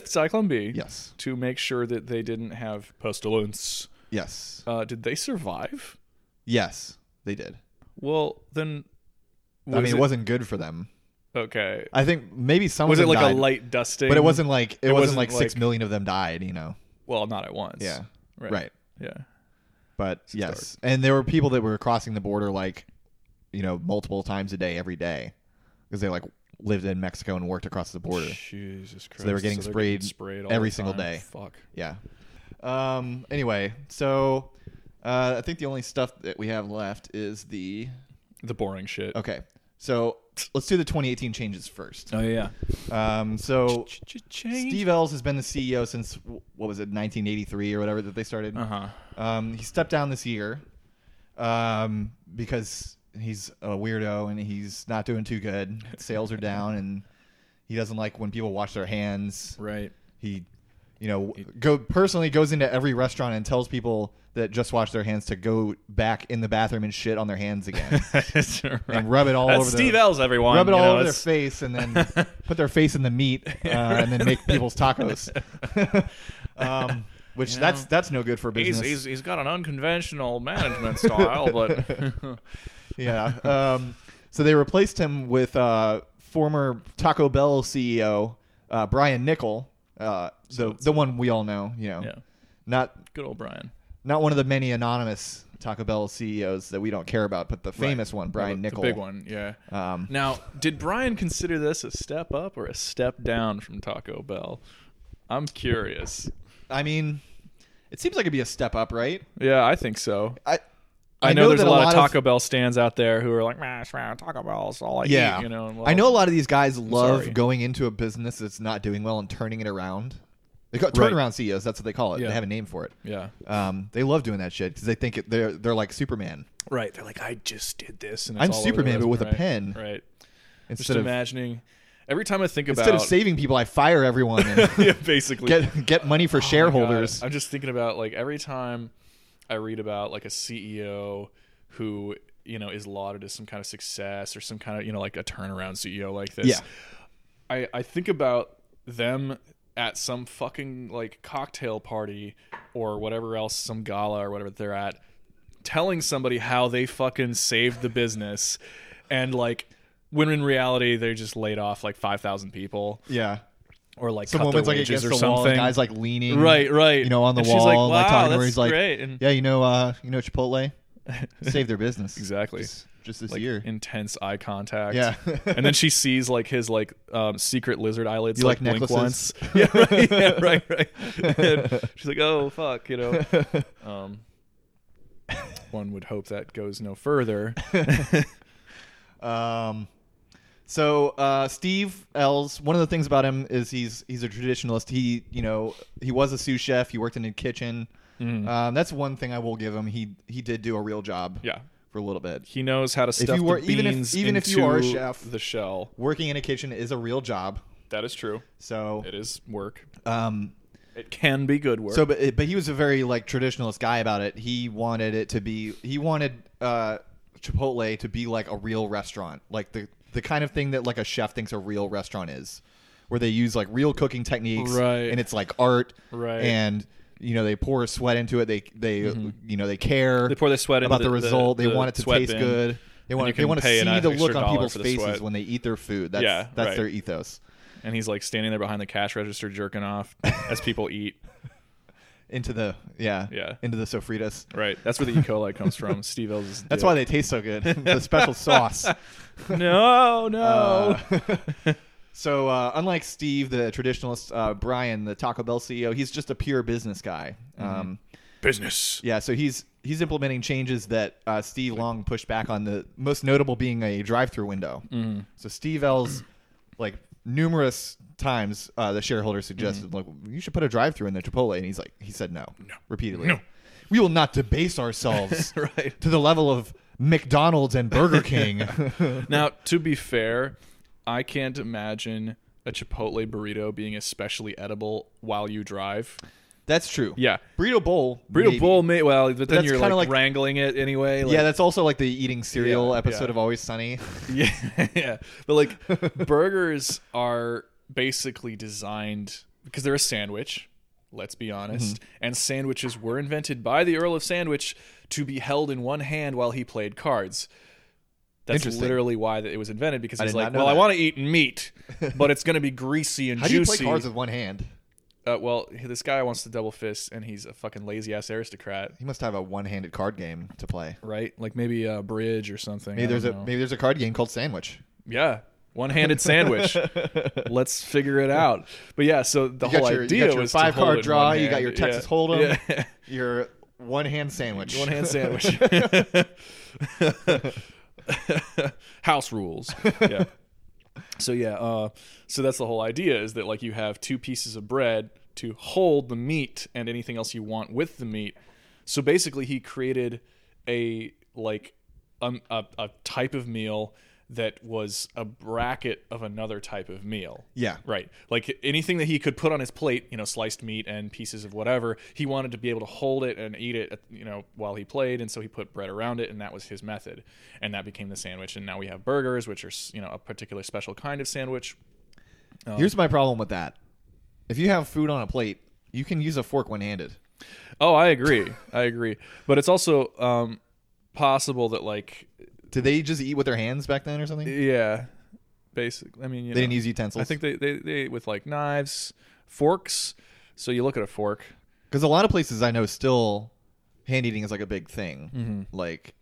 Cyclone B,
yes,
to make sure that they didn't have pestilence.
yes,
Uh, did they survive?
yes, they did.
Well, then.
I mean, it, wasn't good for them.
okay.
I think maybe some
Was
of
it
them
like a
died,
light dusting?
but it wasn't like it, wasn't,
wasn't
like, six
like-
million of them died. You know,
Well, not at once.
Yeah.
Right.
right?
Yeah.
But yes, and there were people that were crossing the border like, you know, multiple times a day, every day, because they like lived in Mexico and worked across the border.
Jesus Christ.
were getting
they're
sprayed
all
every
the
single
time.
day.
Fuck.
Yeah. Um. Anyway, so uh, I think the only stuff that we have left is the
The boring shit.
Okay. So let's do the 2018 changes first.
Oh, yeah.
Um, so
Change.
Steve Ells has been the CEO since wh- what was it 1983 or whatever that they started.
Uh huh.
Um, he stepped down this year um, because he's a weirdo and he's not doing too good. Sales are down and he doesn't like when people wash their hands.
[LAUGHS] Right.
He, you know, go personally goes into every restaurant and tells people that just wash their hands to go back in the bathroom and shit on their hands
[LAUGHS]
again.
That's right.
And rub it all
That's
over
Steve
their-
Ells, everyone.
Rub it
You
all
know,
over their
it's-
face and
[LAUGHS]
then put their face in the meat uh, and then make people's
[LAUGHS]
tacos. um, which
You
that's
know,
that's no good for
He's,
business.
he's, he's got an unconventional management style, but
[LAUGHS]
[LAUGHS]
Yeah. Um, so they replaced him with uh, former Taco Bell CEO uh, Brian Nickel, uh, the the one we all know. You know,
yeah,
not
good old Brian,
not one of the many anonymous Taco Bell CEOs that we don't care about, but the famous one, Brian
the,
Nickel.
the big one, yeah.
Um,
Now, did Brian consider this a step up or a step down from Taco Bell? I'm curious.
I mean, it seems like it'd be a step up, right?
Yeah, I think so.
I.
I, know, there's
that
a lot, of
of-
Taco Bell stands out there who are like, "Meh, it's fine, Taco Bell's all I
Yeah,
eat," you know. and
I
well-
know a lot of these guys love
sorry.
going into a business that's not doing well and turning it around. They call it
Right.
turnaround CEOs. That's what they call it.
Yeah.
They have a name for it.
Yeah.
Um, they love doing that shit because they think it, they're they're like Superman
Right. They're like, I just did this, and it's
I'm
all over the
Superman, but with a
resume."
pen.
Right. Just
instead of
imagining. Every time I think about
instead of saving people, I fire everyone and
[LAUGHS]
[LAUGHS]
yeah, basically
get get money for
Oh my God.
shareholders.
I'm just thinking about like every time I read about like a CEO who you know is lauded as some kind of success or some kind of you know like a turnaround CEO like this.
Yeah.
I I think about them at some fucking like cocktail party or whatever else, some gala or whatever they're at, telling somebody how they fucking saved the business, and like when in reality they just laid off like five thousand people
yeah,
or like
some
cut their
woman's like
wages
against the
or something.
wall, and guys like leaning,
Right, right.
you know, on the
And
wall,
she's like,
and, like
"Wow,
talking to her.
that's
He's like,
great," and-
yeah, you know, uh, you know,
[LAUGHS]
Chipotle saved their business
Exactly.
just, just this
like
year.
intense eye contact.
Yeah.
and then she sees like his like um, secret lizard eyelids
You
like,
like
blink once.
necklaces?
[LAUGHS] yeah, right, yeah, right, right. And she's like, oh fuck, you know.
[LAUGHS]
Um, one would hope that goes no further.
[LAUGHS] Um, so uh, Steve Ells, one of the things about him is he's he's a traditionalist. He you know he was a sous
Mm-hmm.
chef. He worked in a kitchen. Um, that's one thing I will give him. He he did do a real job.
Yeah.
for a little bit.
He knows how to stuff
you were-
the
even if-
beans
even if
into
you are a chef.
the shell.
Working in a kitchen is a real job.
That is true.
So,
It is work.
um,
It can be good work.
So, but but he was a very like traditionalist guy about it. He wanted it to be. He wanted uh, Chipotle to be like a real restaurant, like the the kind of thing that like a chef thinks a real restaurant is, where they use like real cooking techniques,
Right.
And it's like art,
Right. Mm-hmm.
And you know they pour sweat into it. They they you know they care.
They pour their sweat
about
into
the,
the- the-
result. they
the
want it to
sweat
taste
bin,
good. They
and you
want they
can
want to
pay
see
an
the
extra
look on
dollar
people's
for the
faces
sweat.
when they eat their food. That's
Yeah,
that's
right.
their ethos.
and he's like standing there behind the cash register jerking off as people eat.
Into the yeah
Yeah.
into the sofritas.
Right. That's where the E. coli comes from. Steve Ells.
That's why they taste so
[LAUGHS]
good. the special sauce.
No, no. Oh.
Uh, [LAUGHS] so, uh, unlike Steve, the traditionalist, uh, Brian, the Taco Bell CEO, he's just a pure business guy.
Mm-hmm.
Um,
Business.
yeah, so he's he's implementing changes that uh, Steve Long pushed back on. The most notable being a drive-through window.
Mm-hmm.
So Steve L's like numerous times uh, the shareholder suggested like you should put a drive-through in the Chipotle, and he's like he said no, no. repeatedly.
Mm-hmm. No.
We will not debase ourselves
[LAUGHS] [LAUGHS] Right.
to the level of McDonald's and [LAUGHS] Burger King.
Now, to be fair, I can't imagine a Chipotle burrito being especially edible while you drive.
That's true.
Yeah.
Burrito bowl.
Burrito
maybe.
bowl, may, well, but then
that's
you're like,
kinda like-
wrangling it anyway. Like,
yeah, that's also like the eating cereal
Yeah,
episode
yeah.
of Always Sunny.
[LAUGHS] yeah, yeah. But like burgers are basically designed because they're a sandwich. Let's be honest.
Mm-hmm.
And sandwiches were invented by the Earl of Sandwich to be held in one hand while he played cards. That's
Interesting.
literally why that it was invented because he's
did not
like,
know
well, I
that."
want to
[LAUGHS]
eat meat, but it's going to be greasy and
How do you
juicy.
play cards with one hand?
uh, well, this guy wants to double fist, and he's a fucking lazy ass aristocrat,
He must have a one-handed card game to play.
right? Like maybe a bridge or something.
Maybe
I
there's
don't
a
know.
maybe there's a card game called Sandwich.
Yeah. One handed
[LAUGHS]
sandwich. Let's figure it out. But yeah, so the
You
whole
got your,
idea
you got your
was to
five
hold it
card
in
draw.
one
You got
hand.
your
Yeah.
Texas Hold'em.
Yeah.
Your one hand sandwich. [LAUGHS]
one hand sandwich. [LAUGHS] House rules. Yeah. So yeah, uh, so that's the whole idea is that like you have two pieces of bread to hold the meat and anything else you want with the meat. So basically, he created a like um, a, a type of meal that was a bracket of another type of meal.
Yeah.
Right. Like anything that he could put on his plate, you know, sliced meat and pieces of whatever, he wanted to be able to hold it and eat it, you know, while he played. And so he put bread around it, and that was his method. And that became the sandwich. And now we have burgers, which are, you know, a particular special kind of sandwich.
Here's my problem with that. If you have food on a plate, you can use a fork one-handed.
Oh, I agree. I agree. But it's also um, possible that, like,
Did they just eat with their hands back then or something? They
yeah, basically, I mean, you know,
didn't use utensils.
I think they, they, they ate with like knives, forks. So you look at a fork.
because a lot of places I know still hand eating is like a big thing.
Mm-hmm.
Like,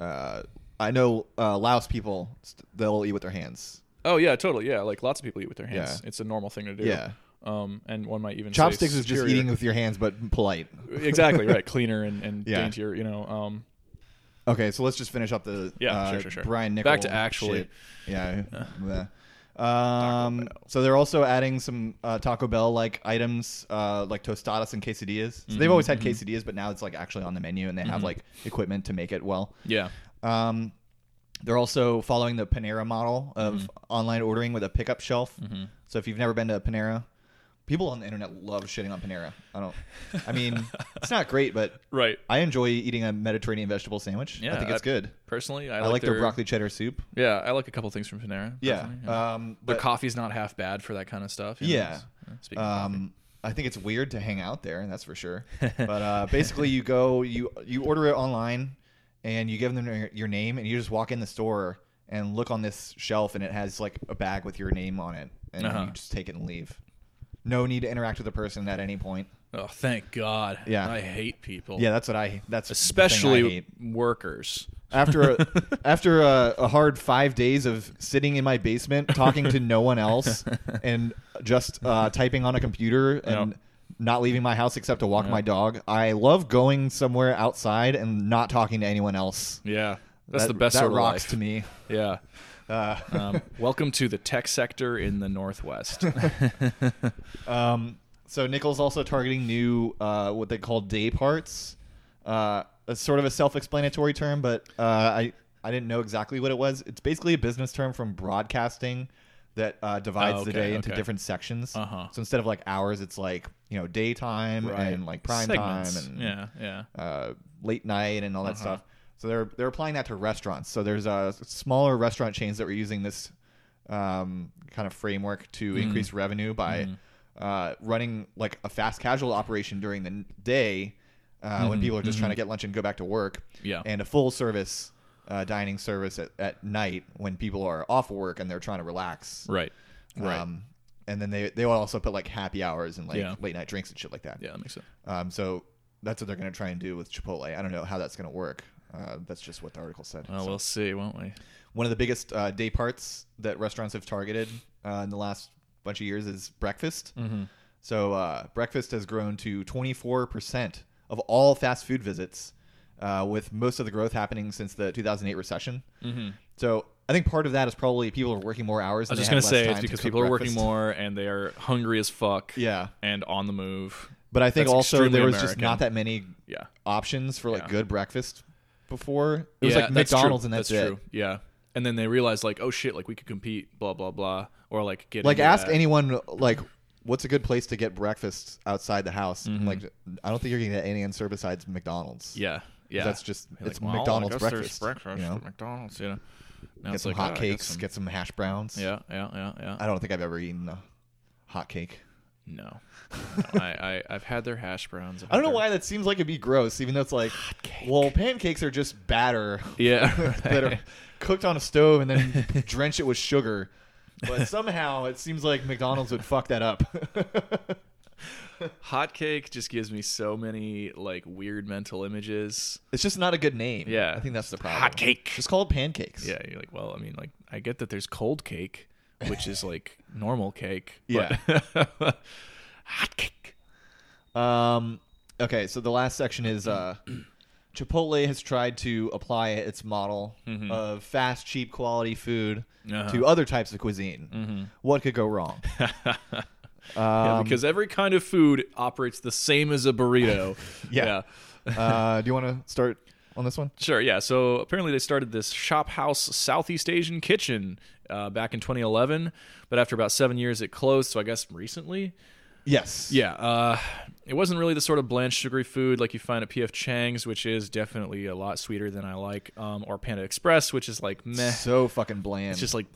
uh, I know uh, Laos people st- they'll eat with their hands.
Oh yeah, totally. Yeah, like lots of people eat with their hands.
Yeah.
It's a normal thing to do.
Yeah.
Um, and one might even say
Chopsticks is just
superior.
eating with your hands, but polite.
[LAUGHS]
[LAUGHS]
exactly right, cleaner and, and
Yeah.
daintier. You know. Um,
Okay, so let's just finish up the
Yeah,
uh,
sure, sure, sure.
Brian Nichol
Back to actually-
shit.
[LAUGHS]
yeah. yeah. Um, so they're also adding some uh, Taco Bell like items, uh, like tostadas and quesadillas. So they've always
Mm-hmm,
had quesadillas, but now it's like actually on the menu, and they have like equipment to make it well.
yeah.
Um, they're also following the Panera model of
Mm-hmm.
online ordering with a pickup shelf. So if you've never been to a Panera, people on the internet love shitting on Panera. I don't. I
[LAUGHS]
mean, it's not great, but
Right.
I enjoy eating a Mediterranean vegetable sandwich. I
Yeah,
think it's
I-
good.
Personally, I,
I, like their,
their
broccoli cheddar soup.
Yeah, I like a couple things from Panera.
Yeah.
personally,
Um,
Their
but,
coffee's not half bad for that kind of stuff. you know,
Yeah.
it's- Speaking of coffee.
um, I think it's weird to hang out there, and that's for sure. but uh, basically, you go, you you order it online, and you give them your, your name, and you just walk in the store and look on this shelf, and it has like a bag with your name on it, and
Uh-huh.
you just take it and leave. No need to interact with the person at any point.
Oh, thank God.
Yeah.
I hate people.
Yeah, that's what I. That's the thing I
Especially
hate.
workers.
after
[LAUGHS]
a, after a, a hard five days of sitting in my basement talking to no one
[LAUGHS]
else and just uh, typing on a computer and
Yep.
not leaving my house except to walk my dog i love going somewhere outside and not talking to anyone else
Yeah. That's
That-
the best
that
sort of
rocks
life.
to me
Yeah.
uh,
Um, [LAUGHS] welcome to the tech sector in the
[LAUGHS]
Northwest.
Um, so Nichols also targeting new uh, what they call day parts. Uh, a sort of a self-explanatory term, but uh, I I didn't know exactly what it was. It's basically a business term from broadcasting that uh, divides
Oh,
the day
okay,
into
okay.
different sections.
Uh-huh.
So instead of like hours, it's like you know daytime
Right.
and like prime time
Segments.
and
yeah, yeah.
uh, late night and all
Uh-huh.
that stuff. So they're they're applying that to restaurants. So there's uh, smaller restaurant chains that were using this um, kind of framework
Mm.
to increase revenue by uh, running like a fast casual operation during the n- day uh, when people are just trying to get lunch and go back to work.
Mm-hmm, Yeah.
and a full service. Uh, dining service at, at night when people are off work and they're trying to relax
Right. Right.
um, and then they they will also put like happy hours and like
Yeah.
late night drinks and shit like that
yeah, that makes sense.
um, so that's what they're going to try and do with Chipotle. I don't know how that's going to work. Uh, that's just what the article said.
Uh, Well,
So
we'll see, won't we?
one of the biggest uh, day parts that restaurants have targeted uh, in the last bunch of years is breakfast.
Mm-hmm.
So uh, breakfast has grown to 24% of all fast food visits, uh, with most of the growth happening since the 2008 recession. So I think part of that is probably people are working more hours.
Mm-hmm. I was
and
just
they have less
gonna say
time
it's
to
because
cook
people are working
breakfast.
more and they are hungry as fuck.
Yeah.
And on the move.
But I think
That's
also
extremely
there was just
American.
not that many
Yeah.
options for like
Yeah.
good breakfast before. It was
yeah,
like
that's
McDonald's
true.
and that's, it.
true. Yeah. And then they realized like, oh shit, like we could compete, blah blah blah, or like get
Like
into
ask
that.
anyone like what's a good place to get breakfast outside the house? Like I don't think you're gonna get any answer besides McDonald's.
Yeah. Yeah.
That's just it's
well, I
McDonald's
guess there's
breakfast.
breakfast
you know?
at McDonald's, you know. Now
Get
it's
some
like,
hot
oh, I
cakes,
guess
get uh, some hash browns.
some- Yeah, yeah, yeah, yeah.
I don't think I've ever eaten a hot cake.
No. no I, I I've had their hash browns. I've
I don't
had
know
their-
why that seems like it'd be gross, even though it's like, well, pancakes are just [LAUGHS] batter
[LAUGHS] Yeah.
that are cooked on a stove and [LAUGHS] then drench it with sugar. But somehow it seems like McDonald's would fuck that up. [LAUGHS]
Hotcake just gives me so many like weird mental images.
it's just not a good name.
Yeah.
I think that's the problem.
Hotcake.
Just call it pancakes.
Yeah, you're like, well, I mean, like, I get that there's cold cake, which is like normal cake.
[LAUGHS] Yeah.
but- [LAUGHS] hot cake.
Um, okay, so the last section is uh, Chipotle has tried to apply its model of fast, cheap, quality food
Mm-hmm. Uh-huh.
to other types of cuisine. What could go
[LAUGHS]
wrong? Um,
yeah, because every kind of food operates the same as
[LAUGHS]
a burrito.
Yeah. uh, do you want to start on this one?
Sure, yeah. So apparently they started this Shop House Southeast Asian Kitchen uh, back in 2011, but after about seven years it closed, so I guess recently.
Yes.
Yeah, uh, it wasn't really the sort of bland, sugary food like you find at P.F. Chang's, which is definitely a lot sweeter than I like, um, or Panda Express, which is like meh.
So fucking bland.
It's just like,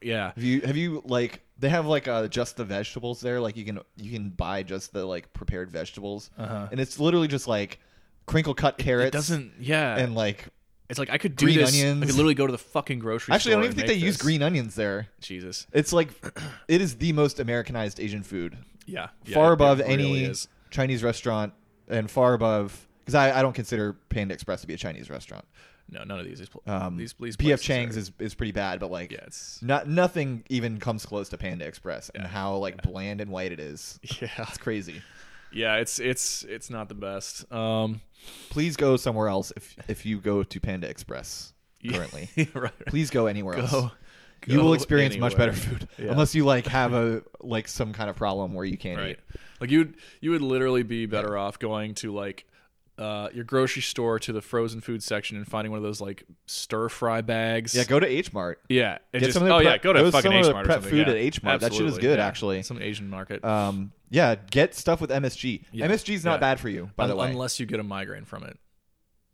yeah.
Have you have you like they have like uh, just the vegetables there? Like you can you can buy just the like prepared vegetables, and it's literally just like crinkle cut carrots.
Uh-huh. It doesn't, uh, yeah.
and like
it's like I could do
green
this.
onions.
I could literally go to the fucking grocery
actually, I
store.
don't even think
and
they
make
use
this.
green onions there.
Jesus.
It's like it is the most Americanized Asian food,
Yeah. yeah,
far
it- it
above
really
any
is.
Chinese restaurant, and far above because I, I don't consider Panda Express to be a Chinese restaurant.
No, none of these. These, pl-
Um,
these, these
PF
places
Chang's
are-
is, is pretty bad, but like
Yeah, it's.
not nothing even comes close to Panda Express and how like bland and white it is.
[LAUGHS] Yeah.
It's crazy.
Yeah, it's it's it's not the best. Um, [LAUGHS]
Please go somewhere else if if you go to Panda Express
yeah,
currently.
right, right.
Please go anywhere else.
[LAUGHS] Go-
you
go
will experience much
anywhere.
better food
[LAUGHS] Yeah.
unless you like have a like some kind of problem where you can't
right
eat.
like you would you would literally be better off going to like uh, your grocery store to the frozen food section and finding one of those like stir fry bags
Yeah, go to H Mart.
yeah and
get
just,
some of the
oh yeah
prep-
go to
go to
fucking
some of
h
the
mart
prep
or something.
food
yeah.
at H Mart. That shit is
Absolutely,
good,
yeah.
actually.
some asian market
Um, yeah, get stuff with MSG. MSG's not
Yeah.
bad for you, by
Un-
the way.
unless you get a migraine from it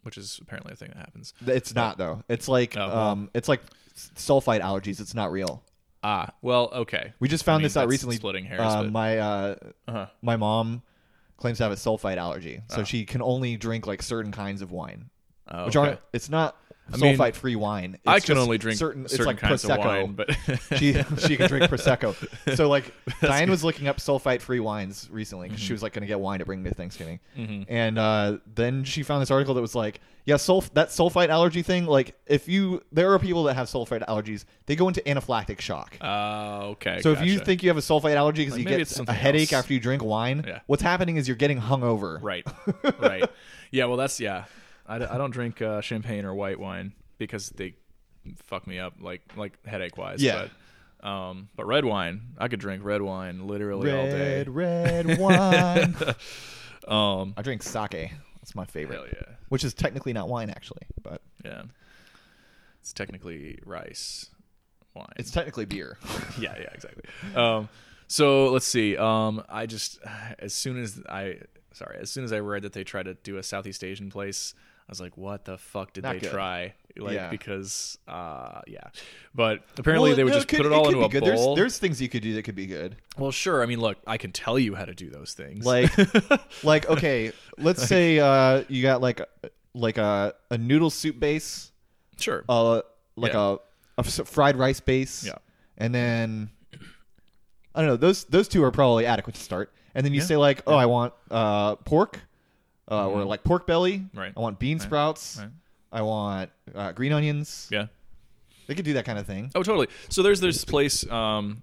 which is apparently a thing that happens
it's not though. It's like
Oh, well.
um, it's like sulfite allergies. It's not real.
ah well okay
We just found
mean,
this out
that's
recently.
splitting hairs,
Uh,
but-
my uh,
uh-huh.
my mom claims to have a sulfite allergy,
Ah.
so she can only drink like certain kinds of wine,
Oh,
which
okay.
aren't. It's not
mean,
sulfite free wine. It's
i can
just
only drink certain,
It's like
kinds
prosecco.
of wine but
[LAUGHS] she
[LAUGHS]
she can drink prosecco. So like Diane was looking up sulfite free wines recently because she
Mm-hmm.
was like going to get wine to bring to Thanksgiving, and uh, then she found this article that was like, yeah, sulf that sulfite allergy thing. Like if you there are people that have sulfite allergies, they go into anaphylactic shock.
uh, okay
So if you
gotcha.
think you have a sulfite allergy because
Like,
you
maybe
get
it's
a
something
headache
else.
after you drink wine,
Yeah.
what's happening is you're getting hungover.
Right. Right. yeah. Well, that's yeah. I, d- I don't drink uh, champagne or white wine because they fuck me up like like headache wise.
Yeah.
But, um, but red wine, I could drink red wine literally all day.
Red, red wine.
[LAUGHS] Um,
I drink sake. That's my favorite.
Hell yeah.
Which is technically not wine, actually, but
Yeah. It's technically rice wine.
it's technically beer.
yeah, yeah, exactly. Um, so let's see. Um, I just as soon as I sorry, as soon as I read that they tried to do a Southeast Asian place, I was like, what the fuck did
Not
they
good.
try? Like
Yeah.
because uh, yeah. But apparently
Well,
they would
no,
just
could-
put it all
could
into
be
a
good.
bowl.
There's, there's things you could do that could be good.
well, sure. I mean, look, I can tell you how to do those things.
Like, like okay, let's say uh, you got like like a a noodle soup base,
[LAUGHS] sure.
uh, like
Yeah.
a a s- fried rice base,
Yeah.
and then I don't know. Those those two are probably adequate to start. And then you say like, oh, I want uh, pork, uh, or like pork belly.
Mm-hmm. Right.
I want bean sprouts.
Right.
I want uh, green onions.
yeah.
They could do that kind of thing.
Oh, totally. So there's this place. Um,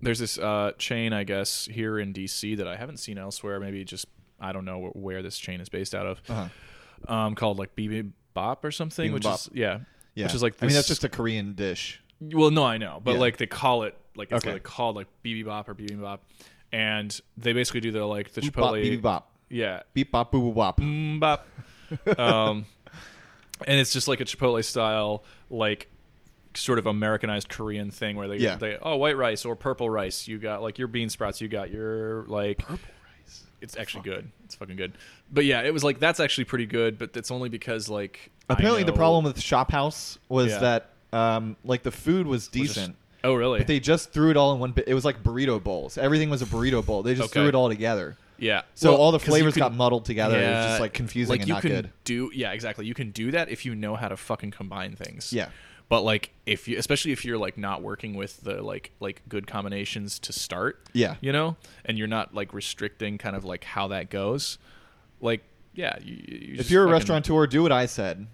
there's this uh, chain, I guess, here in DC that I haven't seen elsewhere. Maybe just I don't know wh- where this chain is based out of.
Uh-huh.
Um, called like BB Bop or something, which is yeah,
Yeah.
which is like
I mean, that's
this-
just a Korean dish.
well, no, I know, but
Yeah.
like they call it like it's
Okay.
like called like BB Bop or BB Bop, and they basically do their like the
Bop,
Chipotle,
beep, bop.
yeah,
Beep, bop, boo, boo, bop.
Mm, bop. um, and it's just like a Chipotle style, like sort of Americanized Korean thing where they,
Yeah.
they oh white rice or purple rice. You got like your bean sprouts. You got your like purple rice. It's actually good. It's fucking good. But yeah, it was like that's actually pretty good. But that's only because like I
Apparently, the
know-
problem with Shop House was
Yeah.
that um, like the food was
was just-
decent,
oh really?
but they just threw it all in one. Bi- it was like burrito bowls. Everything was a burrito bowl. They just
Okay.
threw it all together.
yeah.
So
Well,
all the
'cause you
flavors
can-
got muddled together. it was just like confusing
like
and
you
not
can
good.
Do yeah, exactly. You can do that if you know how to fucking combine things.
Yeah.
But like if you especially if you're like not working with the like like good combinations to start.
Yeah.
You know? And you're not like restricting kind of like how that goes. Like yeah, you, you
If
just
you're a
fucking-
restaurateur, do what I said.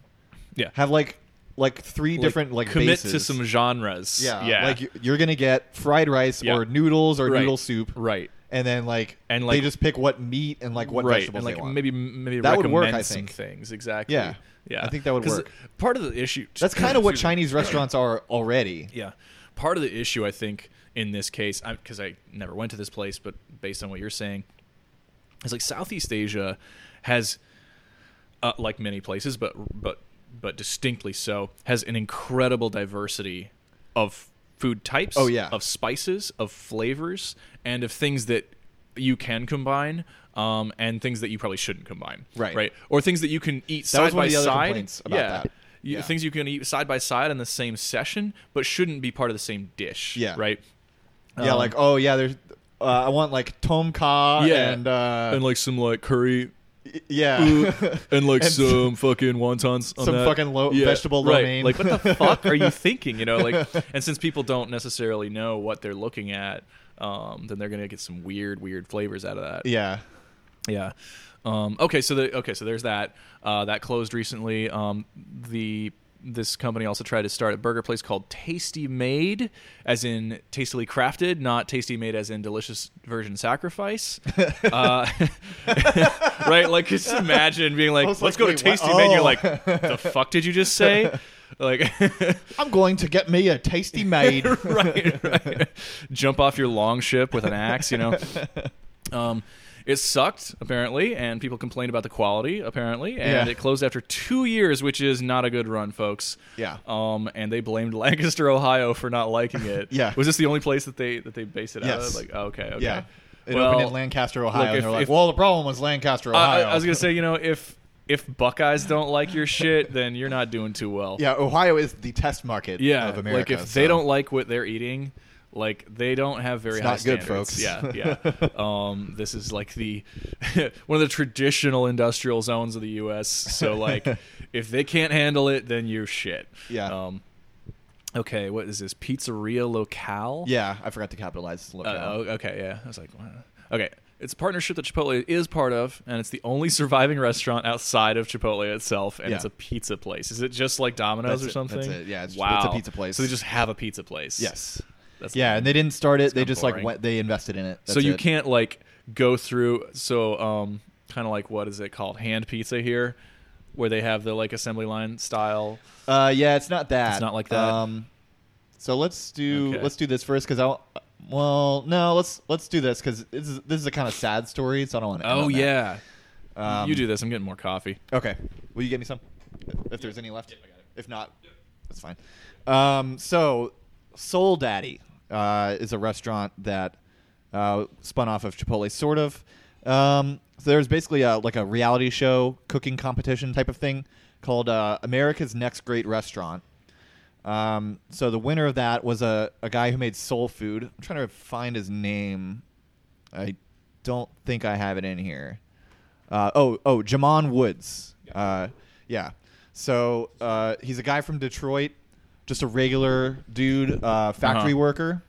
yeah.
Have like like three different like
commit to
bases.
some genres.
yeah
Yeah.
like you- you're gonna get fried rice
Yeah.
or noodles or
Right.
noodle soup
Right.
and then like
And,
they
like-
just pick what meat and like what
right
vegetables
and like
they want.
maybe maybe
That would
recommend
work, I
some
think.
things exactly
Yeah.
yeah
I think that would
'Cause
work.
part of the issue
That's kind of what
Excuse me. [COUGHS]
Chinese restaurants are already.
Yeah. Part of the issue, I think, in this case, because I, never went to this place, but based on what you're saying, is like Southeast Asia has, uh, like many places, but but but distinctly so, has an incredible diversity of food types.
Oh, yeah.
Of spices, of flavors, and of things that you can combine. Um, and things that you probably shouldn't combine,
Right.
Right, or things that you can eat
That
side
was one
by
of the other
side.
complaints about
yeah,
that.
You-
Yeah.
things things you can eat side by side in the same session, but shouldn't be part of the same dish.
Yeah.
Right.
Yeah,
Um,
like oh yeah, there's uh, I want like tom kha and uh,
like some
[LAUGHS]
like curry, uh,
y- yeah,
and like
And some-
fucking wontons,
some fucking lo- vegetable lo
right.
mein.
Like
[LAUGHS]
what the fuck are you thinking? You know, like, and since people don't necessarily know what they're looking at, um, then they're gonna get some weird, weird flavors out of
[LAUGHS]
that.
yeah.
Yeah. Um, okay, so the okay, so there's that. Uh, that closed recently. Um, the this company also tried to start a burger place called Tasty Made, as in tastily crafted, not Tasty Made as in delicious
[LAUGHS]
virgin sacrifice. uh, [LAUGHS] right? Like just imagine being like,
I was
let's
like,
go to
wait, what?
Tasty Made. and You're
Oh.
like, the fuck did you just say?
[LAUGHS]
Like, [LAUGHS]
I'm going to get me a tasty maid.
right, right. Jump off your long ship with an axe,
[LAUGHS]
you know. Um, it sucked apparently, and people complained about the quality apparently, and
Yeah.
it closed after two years, which is not a good run, folks.
Yeah.
Um, and they blamed [LAUGHS] Lancaster, Ohio, for not liking it.
Yeah.
Was this the only place that they that they based it out of?
Yes.
Like, oh, okay, okay.
Yeah, it
Well,
opened in Lancaster, Ohio.
look,
and
if-
they're like,
if-
well, the problem was Lancaster,
I,
Ohio.
I- I was gonna say, you know, if if Buckeyes don't like your shit, then you're not doing too well.
yeah, Ohio is the test market
yeah,
of America.
Like if
so-
they don't like what they're eating, like they don't have very
It's
high
not good,
standards.
folks. [LAUGHS]
Yeah, yeah. um, this is like the [LAUGHS] one of the traditional industrial zones of the U.S.
[LAUGHS]
So like, if they can't handle it, then you're shit.
Yeah.
Um, okay, what is this pizzeria locale?
yeah, I forgot to capitalize. Look
Uh,
out.
oh, okay, yeah. I was like, wow. okay. It's a partnership that Chipotle is part of, and it's the only surviving restaurant outside of Chipotle itself, and
Yeah.
it's a pizza place. Is it just like Domino's
That's it,
or
that's
something?
it, yeah, it's- it's a
wow.
pizza place.
So they just have a pizza place.
yes,
That's
yeah, and they didn't start it. They
kinda
just like
boring.
went. They invested in it.
so
That's
you
it.
can't like go through. So um, kind of like what is it called? Hand pizza here, where they have the like assembly line style.
Uh, yeah, it's not that.
It's not like that?
Um, so let's do
Okay.
let's do this first because I. Well, no, let's let's do this because this is this is a kind of sad story, so I don't want to.
Oh yeah.
Oh, Um,
you do this. I'm getting more coffee.
Okay. Will you get me some? If there's any left? If not, that's fine. Um, so, Soul Daddy uh, is a restaurant that uh, spun off of Chipotle, sort of. Um, so there's basically a, like a reality show cooking competition type of thing called uh, America's Next Great Restaurant. Um, so the winner of that was a, a guy who made soul food. I'm trying to find his name. I don't think I have it in here. Uh, oh, oh, Jamon Woods. Uh, yeah. So uh, he's a guy from Detroit, just a regular dude, uh, factory
Uh-huh.
worker.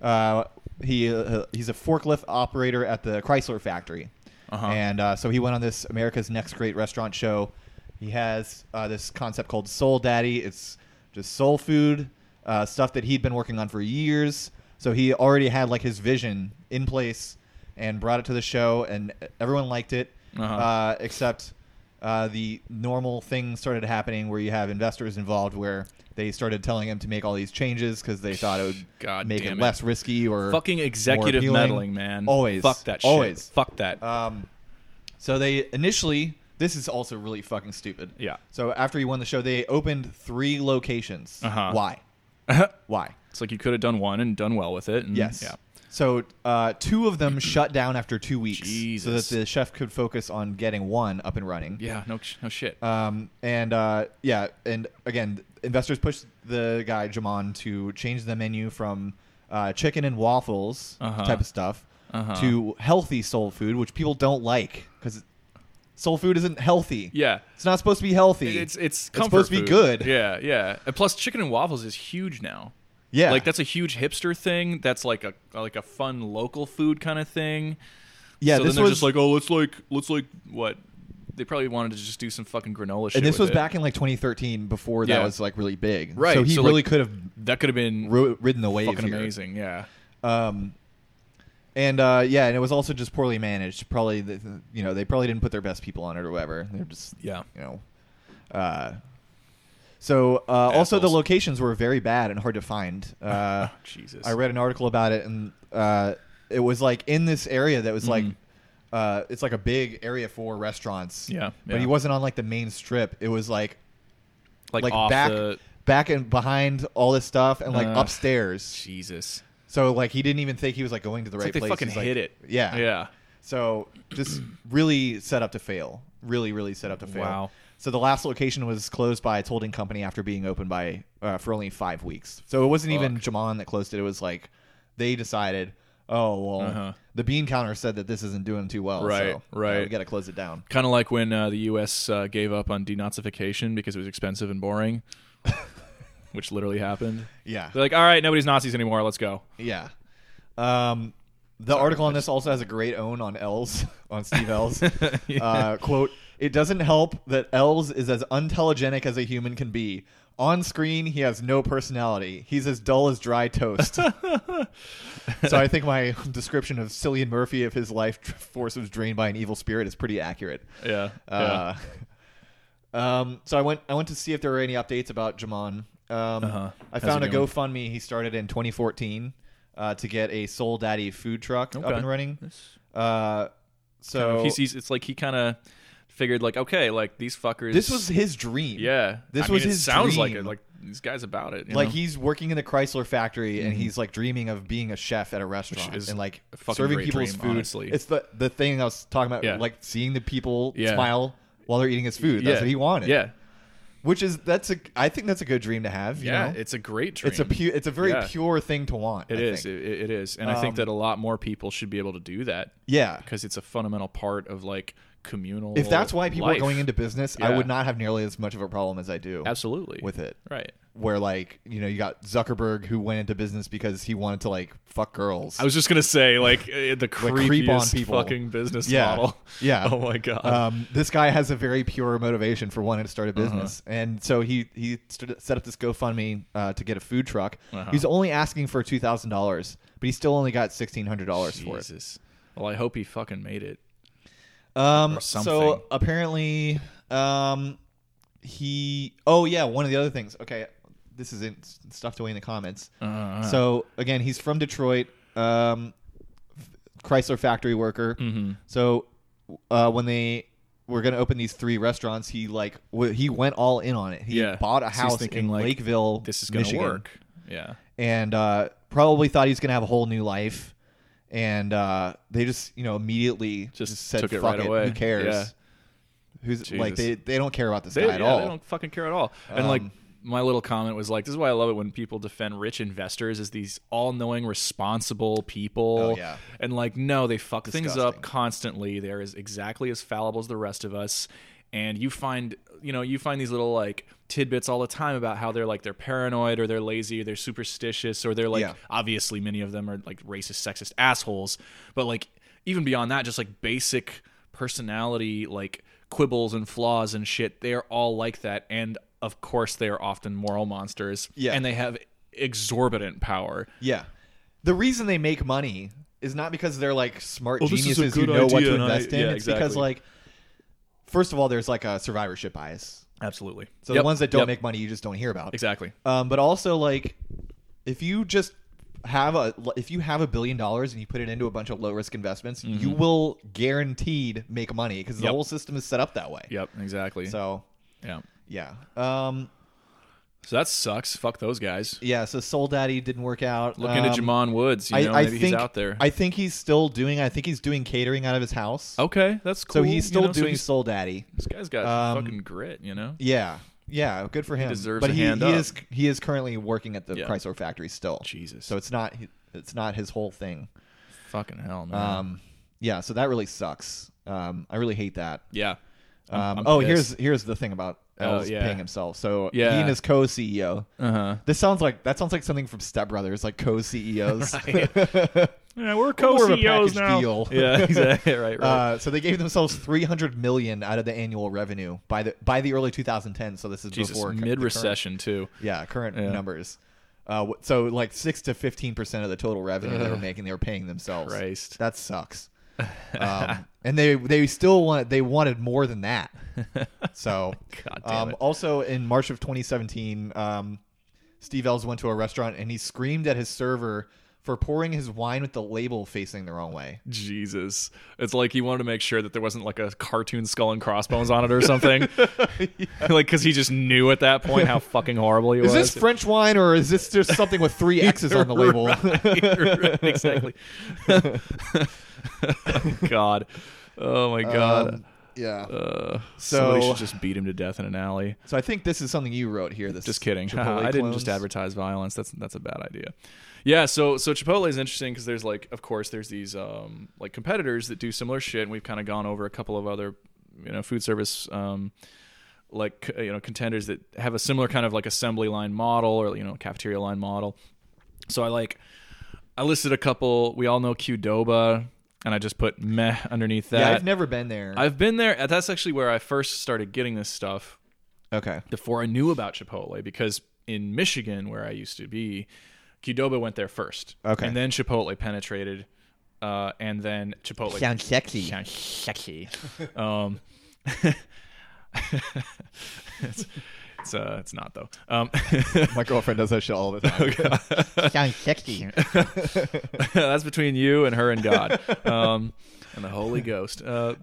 Uh, he uh, he's a forklift operator at the Chrysler factory,
Uh-huh.
and uh, so he went on this America's Next Great Restaurant show. He has uh, this concept called Soul Daddy. It's just soul food uh, stuff that he'd been working on for years. So he already had like his vision in place and brought it to the show, and everyone liked it.
Uh-huh.
Uh, except uh, the normal thing started happening where you have investors involved, where they started telling him to make all these changes because they thought it would
God
make it,
damn it.
less risky or
Fucking
more
executive
appealing.
meddling, man.
Always
Fuck that shit.
Always
Fuck that.
um, so they initially, this is also really fucking stupid.
Yeah.
So after he won the show, they opened three locations.
Uh-huh. [LAUGHS]
Why? Why?
it's like you could have done one and done well with it. And,
Yes.
Yeah.
So uh, two of them shut down after two weeks, so that
Jesus.
the chef could focus on getting one up and running.
Yeah. No. sh- No shit.
Um, and uh, yeah, and again, investors pushed the guy Jamon to change the menu from uh, chicken and waffles
Uh-huh.
type of stuff
Uh-huh.
to healthy soul food, which people don't like because soul food isn't healthy.
yeah.
It's not supposed to be healthy.
It's it's comfort
supposed to be
food.
good.
Yeah. Yeah. And plus, chicken and waffles is huge now.
yeah,
Like that's a huge hipster thing. That's like a like a fun local food kind of thing.
yeah.
So
this
then they're
was
just like, oh, let's like let's like what? They probably wanted to just do some fucking granola shit.
and this
with
was
it.
back in like 2013 before that
Yeah.
was like really big.
Right,
So he
so,
really
like,
could have
That could have been
ro- ridden the wave.
fucking
here.
amazing. Yeah.
Um, and uh, yeah, and it was also just poorly managed. Probably, the, the- you know, they probably didn't put their best people on it or whatever. They're just,
Yeah.
you know. Uh, so uh, also the
Assholes.
locations were very bad and hard to
[LAUGHS]
find. Uh,
Jesus.
I read an article about it, and uh, it was like in this area that was like,
Mhm.
uh, it's like a big area for restaurants.
Yeah,
but
yeah.
he wasn't on like the main strip. It was like
like,
like
off
back
the Uh.
back and behind all this stuff, and like
Ugh.
upstairs.
Jesus.
So like he didn't even think he was like going to the right
It's like
place.
they fucking
He's like-
hit it.
Yeah.
Yeah.
So just really set up to fail. Really, really set up to fail.
Wow.
So the last location was closed by its holding company after being open by uh, for only five weeks. So it wasn't even Jamon that closed it. It was like they decided, oh well,
Uh-huh.
the bean counter said that this isn't doing too well.
Right,
So,
right.
we got to close it down.
Kind of like when uh, the U.S. Uh, gave up on denazification because it was expensive
[LAUGHS]
and boring, which literally happened.
Yeah.
They're like, all right, nobody's Nazis anymore. Let's go.
Yeah. Um, the article on this also has a great own on Els, [LAUGHS] on Steve Els. uh, quote, it doesn't help that Els is as unintelligenic as a human can be. On screen, he has no personality. He's as dull as dry toast. so I think my [LAUGHS] description of Cillian Murphy if his life force was drained by an evil spirit is pretty accurate.
Yeah.
Uh, [LAUGHS] um, so I went. I went to see if there were any updates about Jamon. Um,
Uh-huh.
I
How's
found a
it going?
GoFundMe he started in 2014 uh, to get a Soul Daddy food truck up
Okay.
and running. Uh, so
he's, he's, it's like he kind of figured like, okay, like these fuckers.
this was his dream.
yeah.
this
I mean,
was
it
his
Sounds like
dream.
it. Like these guys about it. you
Like
know? Mm-hmm.
he's working in the Chrysler factory and he's like dreaming of being a chef at a restaurant
is
and like
a fucking
serving
great
people's
dream,
food.
honestly.
It's the the thing I was talking about,
Yeah.
like seeing the people
Yeah.
smile while they're eating his food. That's
yeah.
what he wanted.
Yeah.
which is that's a I think that's a good dream to have. You
Yeah.
know?
It's a great dream.
It's a pu- it's a very
Yeah.
pure thing to want.
It
I
is.
think.
It, it is. And I
Um,
think that a lot more people should be able to do that
Yeah.
because it's a fundamental part of like communal.
If that's why people
life.
are going into business, I
Yeah.
would not have nearly as much of a problem as I do
absolutely
with it.
right.
Where like you know you got Zuckerberg who went into business because he wanted to like fuck girls.
I was just gonna say like eh, the creepiest
creep on people.
fucking business
yeah,
model.
yeah.
[LAUGHS] Oh my god.
Um, this guy has a very pure motivation for wanting to start a
Uh-huh.
business, and so he he st- set up this GoFundMe uh, to get a food truck.
Uh-huh.
He's only asking for two thousand dollars, but he still only got sixteen hundred dollars for it.
Jesus. Well, I hope he fucking made it.
Um,
or
so
something.
apparently, um, he. Oh yeah, one of the other things. Okay, this is in, stuffed away in the comments.
Uh,
So again,
Mm-hmm.
he's from Detroit. Um, Chrysler factory worker. So uh, when they were going to open these three restaurants, he like w- he went all in on it. He
Yeah.
bought a
So he's
house
thinking,
in
like,
Lakeville,
This is going to
Michigan,
work. Yeah.
and uh, probably thought he's going to have a whole new life. And uh, they just you know immediately just,
Just
said,
took it
"Fuck
right away."
Who cares?"
Yeah.
Who's like
Jesus.
they, they don't care about this
They,
guy at
yeah,
all. Um,
they don't fucking care at all. And like my little comment was like, this is why I love it when people defend rich investors as these all-knowing, responsible people.
Oh, yeah.
And like, no, they fuck things
Disgusting.
up constantly. They're as exactly as fallible as the rest of us. And you find, you know, you find these little like tidbits all the time about how they're like they're paranoid or they're lazy or they're superstitious or they're like
Yeah.
obviously many of them are like racist, sexist assholes. But like even beyond that, just like basic personality like quibbles and flaws and shit, they are all like that. And of course, they are often moral monsters.
Yeah.
and they have exorbitant power.
Yeah. The reason they make money is not because they're like smart
Oh, this is a
geniuses who
good
know what
idea
to
and I-
invest in.
yeah,
it's because
exactly.
like first of all, there's like a survivorship bias.
Absolutely.
So the ones that don't make money you just don't hear about.
exactly.
Um, but also like if you just have a if you have a billion dollars and you put it into a bunch of low risk investments, you will guaranteed make money because the
Mm-hmm. Yep.
whole system is set up that way.
Yep. Exactly.
So
yeah.
yeah. Um
So that sucks. Fuck those guys.
yeah, so Soul Daddy didn't work out.
Looking at
Um,
Jamon Woods. You know,
I, I
maybe
think
he's out there.
I think he's still doing I think he's doing catering out of his house.
okay, that's Oh, cool.
So he's
you
still
know, so
doing
he's-
Soul Daddy.
this guy's got
um,
fucking grit. You know.
Yeah, yeah, good for him.
deserves
but
a
he,
hand
he
up.
is he is currently working at the
Yeah.
Chrysler factory still.
Jesus.
So it's not it's not his whole thing.
Fucking hell, man.
Um, yeah. So that really sucks. Um, I really hate that.
yeah.
Um,
I'm- I'm
oh,
pissed.
here's here's the thing about
Oh,
El's
yeah.
paying himself. So
Yeah.
he and his co CEO.
Uh-huh.
This sounds like that sounds like something from Step Brothers, like E co
[LAUGHS]
CEOs. [LAUGHS]
Yeah, we're
More of a package
co-CEOs now.
deal.
[LAUGHS]
[LAUGHS]
Yeah, exactly. Right, right.
Uh, so they gave themselves 300 million out of the annual revenue by the by the early 2010. So this is
Jesus,
before cu- the current-
mid-recession too.
Yeah, current
Yeah.
numbers. Uh, wh- so like six to fifteen percent of the total revenue they were making, they were paying themselves.
Christ.
that
[LAUGHS]
sucks. Um, and they they still want they wanted more than
[LAUGHS]
that. So
God damn
um,
it.
also in March of 2017, um, Steve Ells went to a restaurant and he screamed at his server for pouring his wine with the label facing the wrong way.
Jesus, it's like he wanted to make sure that there wasn't like a cartoon skull and crossbones on it
[LAUGHS]
or something. like, because he just knew at that point how fucking horrible he
Is
was.
this French wine or is this just something with
[LAUGHS]
three X's on the label? [LAUGHS]
Right, [LAUGHS] exactly. God, oh my God.
Um, yeah.
uh,
so-
somebody should just beat him to death in an alley.
So I think this is something you wrote here. This
Just kidding. [LAUGHS]
Chipotle
I didn't
clones.
just advertise violence. That's that's a bad idea. Yeah. So so Chipotle is interesting because there's like of course there's these um, like competitors that do similar shit. And we've kind of gone over a couple of other you know food service um, like c- you know contenders that have a similar kind of like assembly line model or you know cafeteria line model. So I like I listed a couple. We all know Qdoba, and I just put meh underneath that.
Yeah, I've never been there.
I've been there. That's actually where I first started getting this stuff
okay.
before I knew about Chipotle because in Michigan, where I used to be, Qdoba went there first.
Okay.
And then Chipotle penetrated, uh, and then Chipotle.
Sounds sexy.
Sounds
[LAUGHS]
yucky. um, [LAUGHS] it's, it's, uh, it's not, though. Um,
[LAUGHS] My girlfriend does that shit all the
[LAUGHS]
time.
Sounds sexy.
that's between you and her and [LAUGHS] God um, and the Holy Ghost. [LAUGHS] Uh,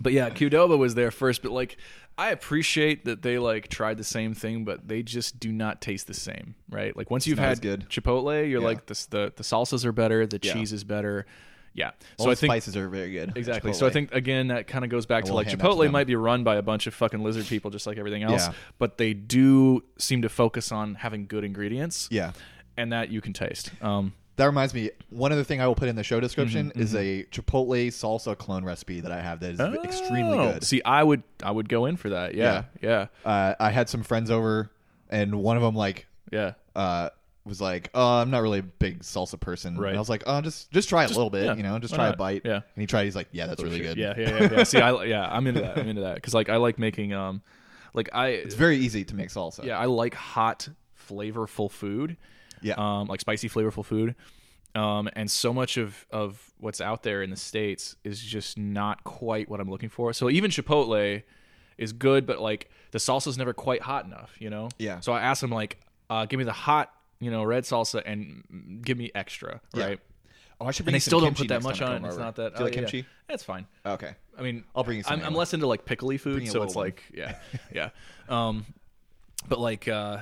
but yeah, Qdoba was there first. But like, I appreciate that they like tried the same thing, but they just do not taste the same, right? Like once you've
not as
had
good.
Chipotle, you're
Yeah.
like the, the the salsas are better, the
Yeah.
cheese is better. Yeah,
All
so I
the
think
spices are very good.
Exactly.
at
So I
Chipotle.
think again that kind of goes back to
will
like
hand that to
Chipotle
them.
might be run by a bunch of fucking lizard people just like everything else,
Yeah.
but they do seem to focus on having good ingredients.
Yeah.
And that you can taste. Um
That reminds me. One other thing I will put in the show description
Mm-hmm,
is a Chipotle salsa clone recipe that I have that is extremely
Oh.
good.
See, I would I would go in for that. Yeah. Yeah.
Uh, I had some friends over, and one of them like
Yeah.
uh, was like, "Oh, I'm not really a big salsa person."
Right.
And I was like, "Oh, just just try a little bit,
yeah,
you know, just
why
try a
not?
bite."
Yeah. Oh,
And he tried. He's like, "Yeah, that's really good."
Yeah, yeah, yeah, yeah. See, I yeah, I'm into that. I'm into that cuz like I like making um like I
It's very easy to make salsa.
yeah, I like hot flavorful food.
Yeah.
um, like spicy, flavorful food. Um, and so much of, of what's out there in the States is just not quite what I'm looking for. So even Chipotle is good, but like the salsa's never quite hot enough, you know?
Yeah.
So I asked him, like, uh, give me the hot, you know, red salsa and mm, give me extra,
Yeah.
right?
Oh, I should.
And
bring
they
you some
still don't
kimchi
put that
next
much
time I
on
come
it. and It's
over.
not that.
Do you like
oh, yeah,
kimchi?
Yeah. That's fine.
Okay.
I mean,
I'll bring you some
I'm, I'm
anyway.
less into like pickly
Bring
food,
you
so
a
it's
little [LAUGHS]
like yeah, yeah. Um, but like uh,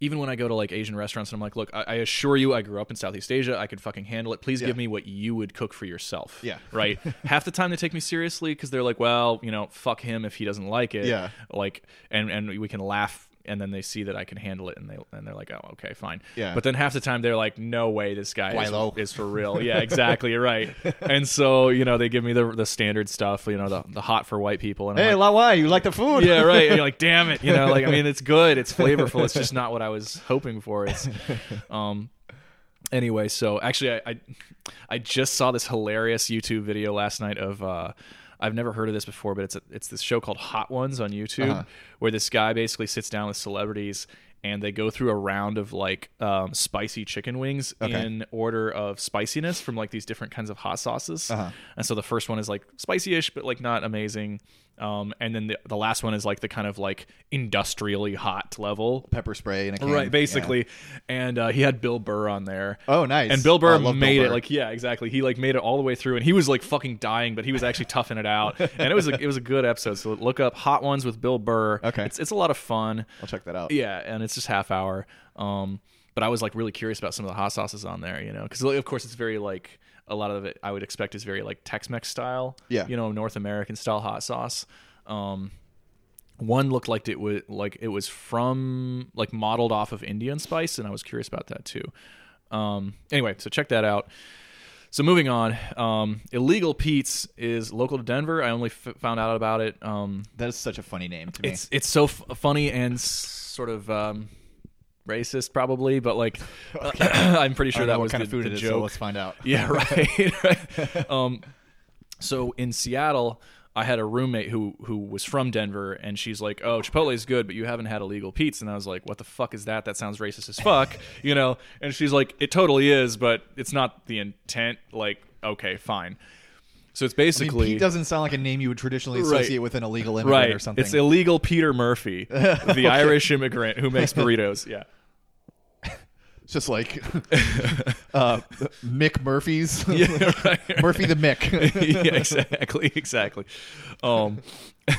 even when I go to like Asian restaurants and I'm like, look, I, I assure you, I grew up in Southeast Asia. I could fucking handle it. Please give me what you would cook for yourself.
Yeah. [LAUGHS]
Right. Half the time they take me seriously because they're like, well, you know, fuck him if he doesn't like it.
Yeah.
Like, and and we can laugh. And then they see that I can handle it, and they and they're like, "Oh, okay, fine."
Yeah.
But then half the time they're like, "No way, this guy is-
Guaylo.
is for real. Yeah, exactly. You're right. And so, you know, they give me the the standard stuff, you know, the, the hot for white people. And I'm
Hey,
like,
La Wai, you like the food?
yeah, right. And you're like, damn it. You know, like, I mean, it's good. It's flavorful. It's just not what I was hoping for. It's, um, anyway, so actually, I, I, I just saw this hilarious YouTube video last night of, uh, I've never heard of this before, but it's a, it's this show called Hot Ones on YouTube, where this guy basically sits down with celebrities and they go through a round of like um, spicy chicken wings in order of spiciness from like these different kinds of hot sauces. And so the first one is like spicy-ish, but like not amazing. Um, and then the, the last one is like the kind of like industrially hot level.
[LAUGHS] Pepper spray and a can.
Right, basically, and uh, he had Bill Burr on there.
Oh, nice.
And Bill
I
Burr
love Bill
made it
Burr.
like yeah, exactly. He like made it all the way through, and he was like fucking dying, but he was actually toughing it out. And it was a, it was a good episode. So look up Hot Ones with Bill Burr.
[LAUGHS] Okay.
it's it's a lot of fun.
I'll check that out.
Yeah, and it's just half hour. Um, but I was like really curious about some of the hot sauces on there, you know, because of course it's very like a lot of it I would expect is very like Tex-Mex style,
Yeah.
you know, North American style hot sauce. Um, one looked like it was like it was from like modeled off of Indian spice, and I was curious about that too. Um, anyway, so check that out. So moving on, um, Illegal Pete's is local to Denver. I only f- found out about it. Um,
That is such a funny name to me.
it's it's so f- funny and s- sort of um, racist, probably,
[LAUGHS]
but like [CLEARS THROAT] I'm
I
pretty sure
don't know
that
what
was
kind
the,
of food
the
it is, so
joke.
let's find out.
[LAUGHS] yeah,
[LAUGHS]
right. [LAUGHS] right. Um, so in Seattle, I had a roommate who who was from Denver, and she's like, "Oh, Chipotle is good, but you haven't had illegal Pete's." And I was like, "What the fuck is that? That sounds racist
[LAUGHS]
as fuck," you know. And she's like, "It totally is, but it's not the intent." Like, okay, fine. So it's
I mean,
basically
Pete doesn't sound like a name you would traditionally
Right.
associate with an illegal immigrant
right
or something.
It's illegal
[LAUGHS]
Peter Murphy, the Irish immigrant who makes burritos. Yeah. [LAUGHS]
It's just like [LAUGHS] uh, Mick Murphy's.
[LAUGHS] Yeah, right.
[LAUGHS] Murphy the
[LAUGHS]
Mick.
yeah, exactly, exactly. Um, [LAUGHS]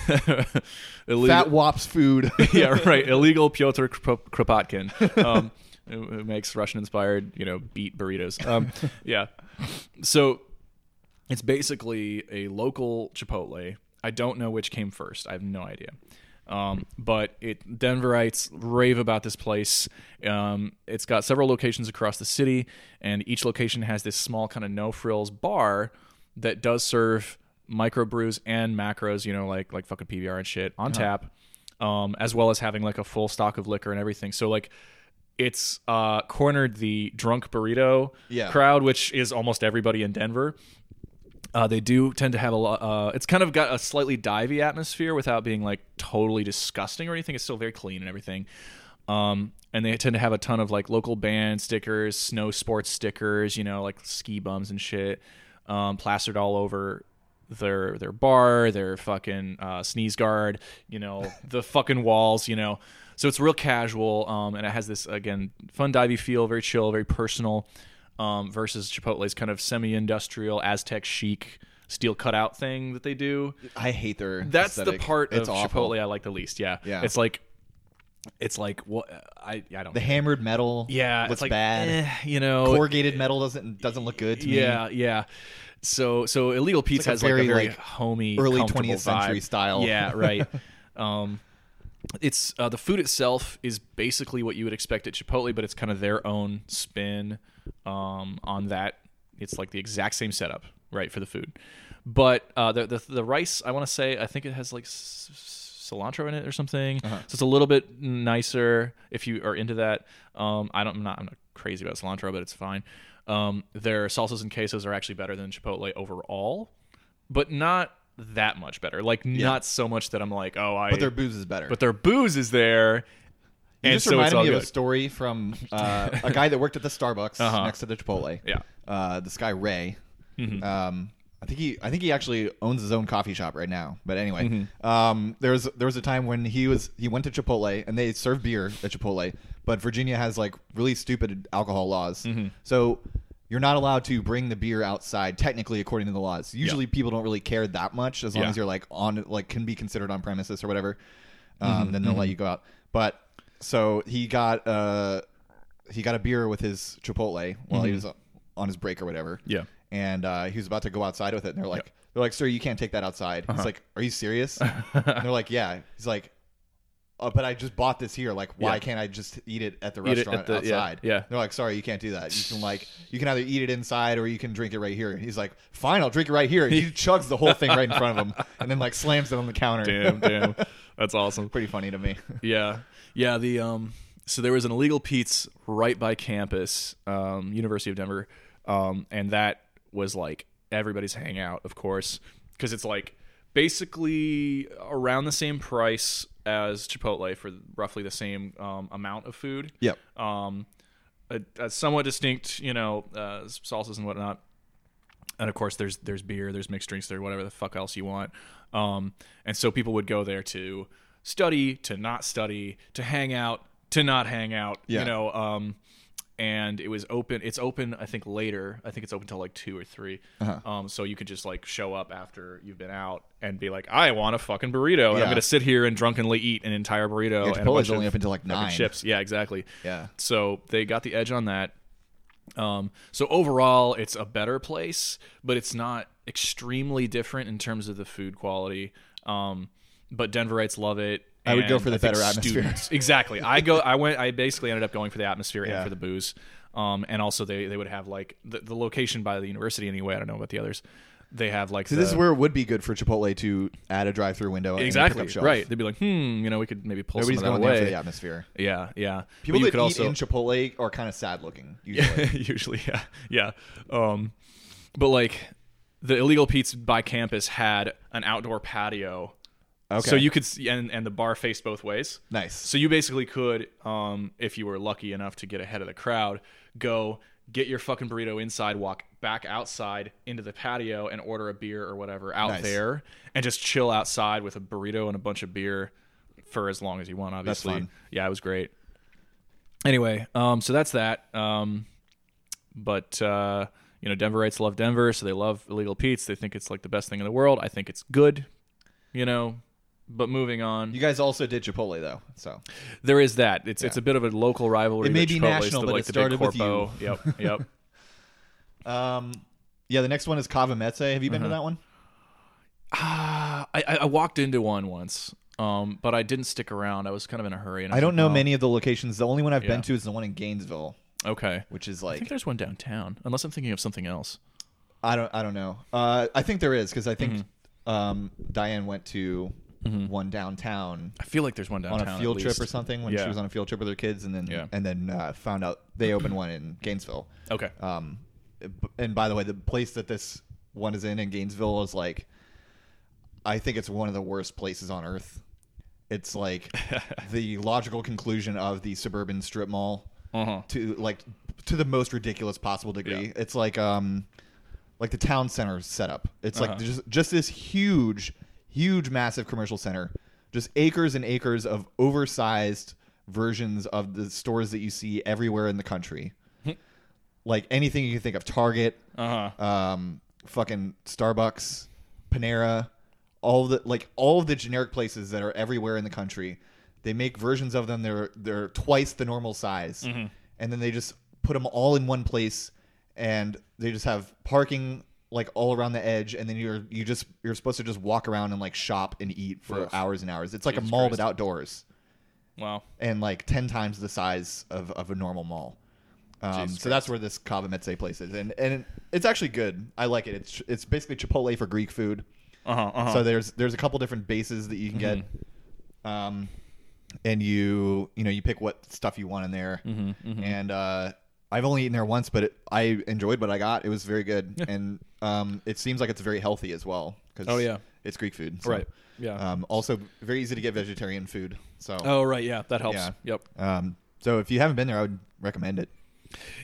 illegal,
Fat Wops
[LAUGHS]
food.
yeah, right. Illegal Pyotr Krop- Kropotkin, um, [LAUGHS] who who makes Russian-inspired, you know, beet burritos. Um, yeah. So it's basically a local Chipotle. I don't know which came first. I have no idea. Um, but it Denverites rave about this place. Um, it's got several locations across the city, and each location has this small kind of no frills bar that does serve microbrews and macros. You know, like like fucking PBR and shit on tap, um, as well as having like a full stock of liquor and everything. So like. It's uh, cornered the drunk burrito
Yeah.
crowd, which is almost everybody in Denver. Uh, they do tend to have a lot. Uh, it's kind of got a slightly divey atmosphere without being like totally disgusting or anything. It's still very clean and everything. Um, and they tend to have a ton of like local band stickers, snow sports stickers, you know, like ski bums and shit, um, plastered all over their their bar, their fucking uh, sneeze guard, you know, the fucking walls, you know. So it's real casual, um, and it has this again fun divey feel, very chill, very personal um, versus Chipotle's kind of semi-industrial Aztec chic steel cutout thing that they do.
I hate their.
That's
aesthetic.
the part
it's
of
awful.
Chipotle I like the least. Yeah,
Yeah.
It's like, it's like what I I don't.
The hammered metal.
yeah,
looks
it's like
bad.
eh, you know.
Corrugated metal doesn't doesn't look good to me.
yeah, yeah. So so illegal Pete's
like a
has like
very,
a very
like,
homey,
early
comfortable
20th century
vibe.
style. [LAUGHS]
Yeah, right. um, it's uh, the food itself is basically what you would expect at Chipotle, but it's kind of their own spin um, on that. It's like the exact same setup, right, for the food. But uh, the, the the rice, I want to say, I think it has like s- s- cilantro in it or something,
Uh-huh.
so it's a little bit nicer if you are into that. Um, I don't, I'm not, I'm not crazy about cilantro, but it's fine. Um, their salsas and quesos are actually better than Chipotle overall, but not that much better. Like not so much that I'm like, oh, I
but their booze is better.
but their booze is there.
You
and
just
so it's
reminded
all
me of
good.
a story from uh, a guy that worked at the Starbucks
Uh-huh.
next to the Chipotle.
Yeah. Mm-hmm.
uh, this guy Ray. Um, I think he I think he actually owns his own coffee shop right now. But anyway,
Mm-hmm.
um, there was there was a time when he was he went to Chipotle and they serve
Mm-hmm.
beer at Chipotle, but Virginia has like really stupid alcohol laws. So. You're you're not allowed to bring the beer outside technically according to the laws usually people don't really care that much as long
Yeah.
as you're like on like can be considered on premises or whatever um,
Mm-hmm,
then they'll let you go out but so he got uh he got a beer with his chipotle while he was on his break or whatever
Mm-hmm. Yeah.
and uh, he was about to go outside with it and they're like they're like sir you can't take that outside he's
Uh-huh.
like are you
[LAUGHS]
serious and they're like yeah he's like oh, but I just bought this here. Like, why
Yeah.
can't I just eat it at the
Eat it
restaurant
at the- yeah,
outside?
yeah.
They're like, sorry, you can't do that. You can like, you can either eat it inside or you can drink it right here. And he's like, fine, I'll drink it right here. And
[LAUGHS]
he chugs the whole thing right in front of him, and then like slams it on the counter.
Damn, damn. That's awesome.
[LAUGHS] Pretty funny to me.
Yeah. Yeah, the um so there was an illegal Pete's right by campus, um, University of Denver. Um, and that was like everybody's hangout, of course, because it's like basically around the same price as Chipotle for roughly the same um, amount of food.
Yep.
Um, a, a somewhat distinct, you know, uh, salsas and whatnot and of course there's there's beer there's mixed drinks there whatever the fuck else you want um and so people would go there to study to not study to hang out to not hang out
Yeah.
you know um and it was open it's open i think later i think it's open till like two or 3
Uh-huh.
um so you could just like show up after you've been out and be like i want a fucking burrito and
Yeah.
i'm gonna sit here and drunkenly eat an entire burrito and a bunch
Chipotle's only
of
up until like
fucking
nine.
chips yeah exactly
Yeah.
so they got the edge on that. Um, so overall, it's a better place, but it's not extremely different in terms of the food quality. Um, but Denverites love it.
I would go
and
for the
I think
better atmosphere.
students- [LAUGHS] exactly. I go. I went. I basically ended up going for the atmosphere and
Yeah.
for the booze. Um, and also they, they would have like the, the location by the university anyway. I don't know about the others. They have like
So
the,
this is where it would be good for Chipotle to add a drive-through window. and a
exactly
pickup shelf.
right. They'd be like, hmm, you know, we could maybe pull
Nobody's
some
going
of that
there for
away.
the atmosphere.
yeah, yeah. But
People
you
that
could
eat
also,
in Chipotle are kind of sad [LAUGHS] looking. Usually.
Yeah, [LAUGHS] usually, yeah, yeah. Um, but like the illegal pizza by campus had an outdoor patio,
Okay.
so you could see, and and the bar faced both ways.
nice.
So you basically could, um, if you were lucky enough to get ahead of the crowd, go get your fucking burrito inside, walk back outside into the patio, and order a beer or whatever out
Nice.
there, and just chill outside with a burrito and a bunch of beer for as long as you want. Obviously,
fun.
yeah, it was great. Anyway, um, so that's that. Um, but uh, you know, Denverites love Denver, so they love illegal Pete's. They think it's like the best thing in the world. I think it's good. You know. But moving on,
You guys also did Chipotle though, so
there is that. It's it's a bit of a local rivalry.
It may
with
be
Chipotle's,
national,
the,
but
like
it
the big
started with
corpo.
[LAUGHS]
Yep, yep.
Um, yeah, the next one is Cava Mezze. Have you been to that one?
Ah, I, I I walked into one once, um, but I didn't stick around. I was kind of in a hurry. And
I
was
don't
like,
know
well,
many of the locations. The only one I've
Yeah.
been to is the one in Gainesville,
Okay,
which is
I think
like
there's one downtown, unless I'm thinking of something else.
I don't I don't know. Uh, I think there is because I think um, Diane went to one downtown
I feel like there's one
on
downtown
a
at
field trip
least.
or something when
Yeah.
she was on a field trip with her kids, and then
Yeah.
and then uh, found out they opened one in Gainesville.
Okay.
Um, and by the way, the place that this one is in in Gainesville is like, I think it's one of the worst places on earth. It's
[LAUGHS]
like the logical conclusion of the suburban strip mall
Uh-huh.
to like to the most ridiculous possible degree.
Yeah.
It's like um, like the town center setup. It's like
Uh-huh.
just just this huge, huge, massive commercial center, just acres and acres of oversized versions of the stores that you see everywhere in the country
Hmm.
like anything you can think of target
Uh-huh.
um fucking starbucks panera all the like all of the generic places that are everywhere in the country they make versions of them they're they're twice the normal size
Mm-hmm.
and then they just put them all in one place and they just have parking like all around the edge and then you're you just you're supposed to just walk around and like shop and eat for
Oof.
hours and hours it's like
Jesus
a mall
Christ.
but outdoors
Wow.
and like 10 times the size of, of a normal mall. Um,
Jesus
so that's where this Kavametse place is. And, and it's actually good. I like it. It's, it's basically Chipotle for Greek food.
Uh huh. Uh-huh. Mm-hmm.
So there's, there's a couple different bases that you can get. Um, and you, you know, you pick what stuff you want in there.
Mm-hmm,
And, uh, I've only eaten there once, but it, I enjoyed what I got. It was very good, and um, it seems like it's very healthy as well. 'cause
Oh, yeah.
it's Greek food, so.
Right. Yeah.
Um, also, very easy to get vegetarian food. So
oh right. Yeah, that helps.
Yeah.
Yep.
um, so if you haven't been there, I would recommend it.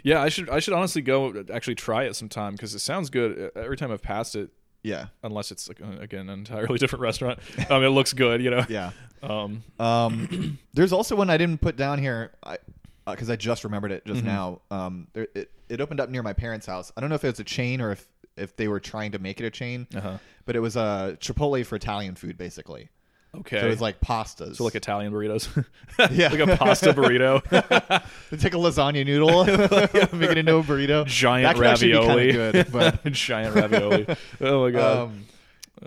Yeah, I should I should honestly go actually try it sometime because it sounds good. E, Every time I've passed it,
Yeah,
unless it's like uh, again an entirely [LAUGHS] different restaurant. Um,
[COUGHS]
it looks good, you know.
yeah. Uh,
Um,
Um, there's also one I didn't put down here. I, because I just remembered it just
Mm-hmm.
now. Um, there, it it opened up near my parents' house. I don't know if it was a chain or if if they were trying to make it a chain,
Uh-huh.
but it was a uh, Chipotle for Italian food basically.
Okay.
So it was like pastas.
So
[LAUGHS]
like Italian burritos. [LAUGHS]
Yeah.
like a
[LAUGHS]
pasta burrito. [LAUGHS]
They take a lasagna noodle, [LAUGHS] make it into a burrito.
Giant
that could
ravioli.
Actually be kinda good, but
[LAUGHS] Giant ravioli. Oh my god.
um,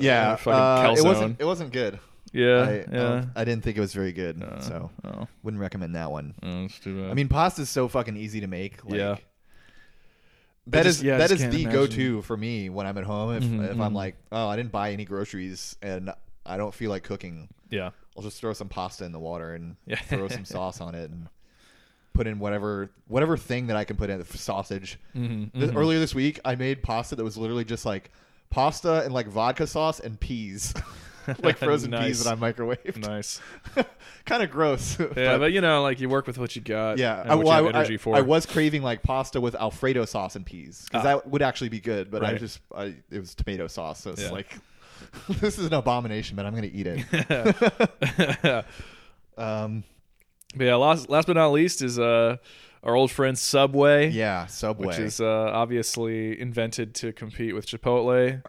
yeah,
fucking
uh, it
calzone.
wasn't. It wasn't good.
yeah.
I, I
yeah.
don't- I didn't think it was very good, so
oh.
wouldn't recommend that one.
Oh, that's too bad.
I mean, pasta's so fucking easy to make. Like,
Yeah. I
that
just-
is
yeah, I
that
just
is
can't
the
imagine. Mm-hmm,
go-to for me when I'm at home. If if I'm like, oh, I didn't buy any groceries and I don't feel like cooking,
yeah.
I'll just throw some pasta in the water and
[LAUGHS] Yeah.
throw some sauce on it and put in whatever whatever thing that I can put in f- sausage.
Mm-hmm,
Th- earlier mm-hmm, this week, I made pasta that was literally just like pasta and like vodka sauce and peas, [LAUGHS]
[LAUGHS]
like frozen
Nice.
peas that I microwaved.
Nice.
[LAUGHS] kind of gross. [LAUGHS]
Yeah,
but-
but you know, like you work with what you got.
yeah,
and
I,
what
well,
you have
I-
energy
I-
for. Ah.
I was craving like pasta with Alfredo sauce and peas because that would actually be good. But I
Right.
just I, it was tomato sauce, so it's
Yeah.
like [LAUGHS] this is an abomination, but I'm gonna eat it.
[LAUGHS] but
um,
yeah, last last [LAUGHS] but not least is uh our old friend Subway.
yeah, Subway.
Which is uh, obviously invented to compete
[LAUGHS]
with Chipotle,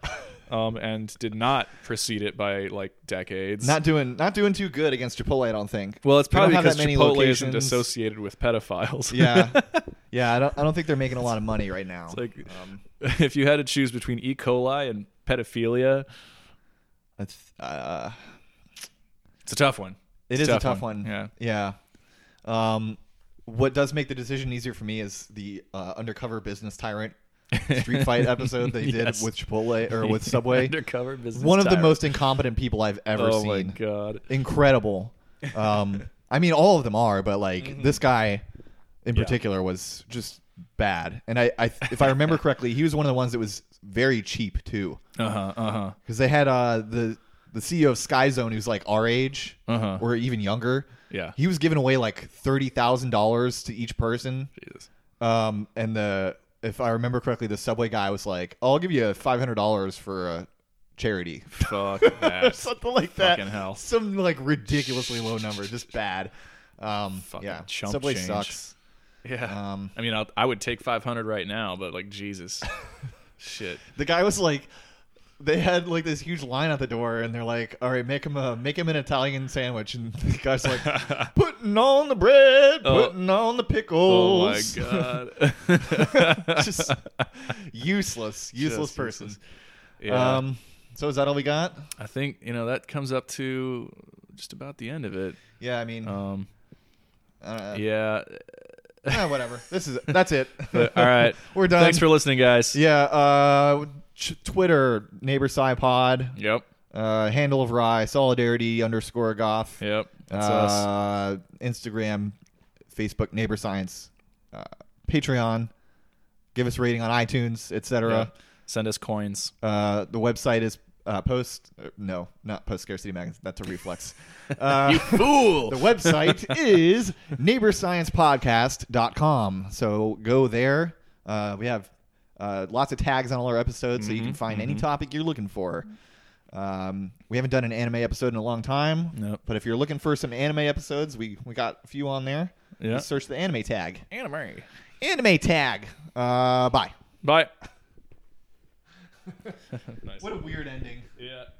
um, and did not precede it by like decades.
not doing not doing too good against Chipotle, I don't think.
well, it's
They don't
probably
have
because
that many
Chipotle isn't
locations.
associated with pedophiles.
yeah, yeah. I don't I don't think they're making a lot of money right now.
[LAUGHS]
Um,
like if you had to choose between E. coli and pedophilia,
That's, uh,
it's a tough one.
it
It's
is a tough one.
Yeah.
yeah. Um, what does make the decision easier for me is the uh, undercover business tyrant street
[LAUGHS]
fight episode they did
Yes.
with Chipotle or
[LAUGHS]
with Subway.
Undercover business.
one of the
tyrant.
most incompetent people I've ever
Oh
seen.
my god.
Incredible. Um, I mean, all of them are, but like this guy in
Mm-hmm. Yeah.
particular was just bad. And I, I, if I remember correctly, he was one of the ones that was very cheap too,
Uh huh. Uh huh.
because they had uh, the the CEO of Sky Zone who's like our age
Uh-huh.
or even younger.
Yeah.
he was giving away like thirty thousand dollars to each person.
Jesus.
Um, and the if I remember correctly, the subway guy was like, "Oh, "I'll give you five hundred dollars for a charity."
Fuck
or [LAUGHS]
that.
something like that.
Fucking hell.
Some like ridiculously low number, just bad. Um,
Fucking
yeah,
chump
Subway
change.
sucks.
yeah.
Um,
I mean, I'll, I would take 500 right now, but
[LAUGHS]
like Jesus. Shit.
the guy was like, they had like this huge line at the door, and they're like, "All right, make him a make him an Italian sandwich." And [LAUGHS] the guy's like, [LAUGHS] "Putting on the bread,
Oh.
putting on the
Oh my
pickles."
god.
[LAUGHS]
[LAUGHS]
just [LAUGHS] useless, useless
Just
person.
useless. Yeah.
Um, so is that all we got?
I think you know that comes up to just about the end of it.
Yeah, I mean,
[LAUGHS] Um.
uh,
Yeah.
[LAUGHS] eh, whatever. This is that's it.
[LAUGHS] But, all right.
We're done.
Thanks for listening, guys.
[LAUGHS] Yeah, uh, ch- Twitter, neighbor SciPod,
Yep.
uh, handle of rye, solidarity underscore goth.
Yep. That's us.
uh, Instagram, Facebook, neighbor science, uh, Patreon. Give us a rating on iTunes, etc.
Yep. Send us coins.
Uh, the website is uh, post. Uh, no, not post scarcity magazine. That's a reflex.
[LAUGHS]
Uh,
Fool.
the
[LAUGHS]
website is neighborsciencepodcast.com. So go there. Uh, we have uh, lots of tags on all our episodes, so you can
Mm-hmm,
find any topic you're looking for. Um, we haven't done an anime episode in a long time,
Nope.
but if you're looking for some anime episodes, we, we got a few on there.
Yeah.
Just search the anime tag.
Anime.
Anime tag. Uh, bye.
Bye. nice.
a weird ending.
Yeah.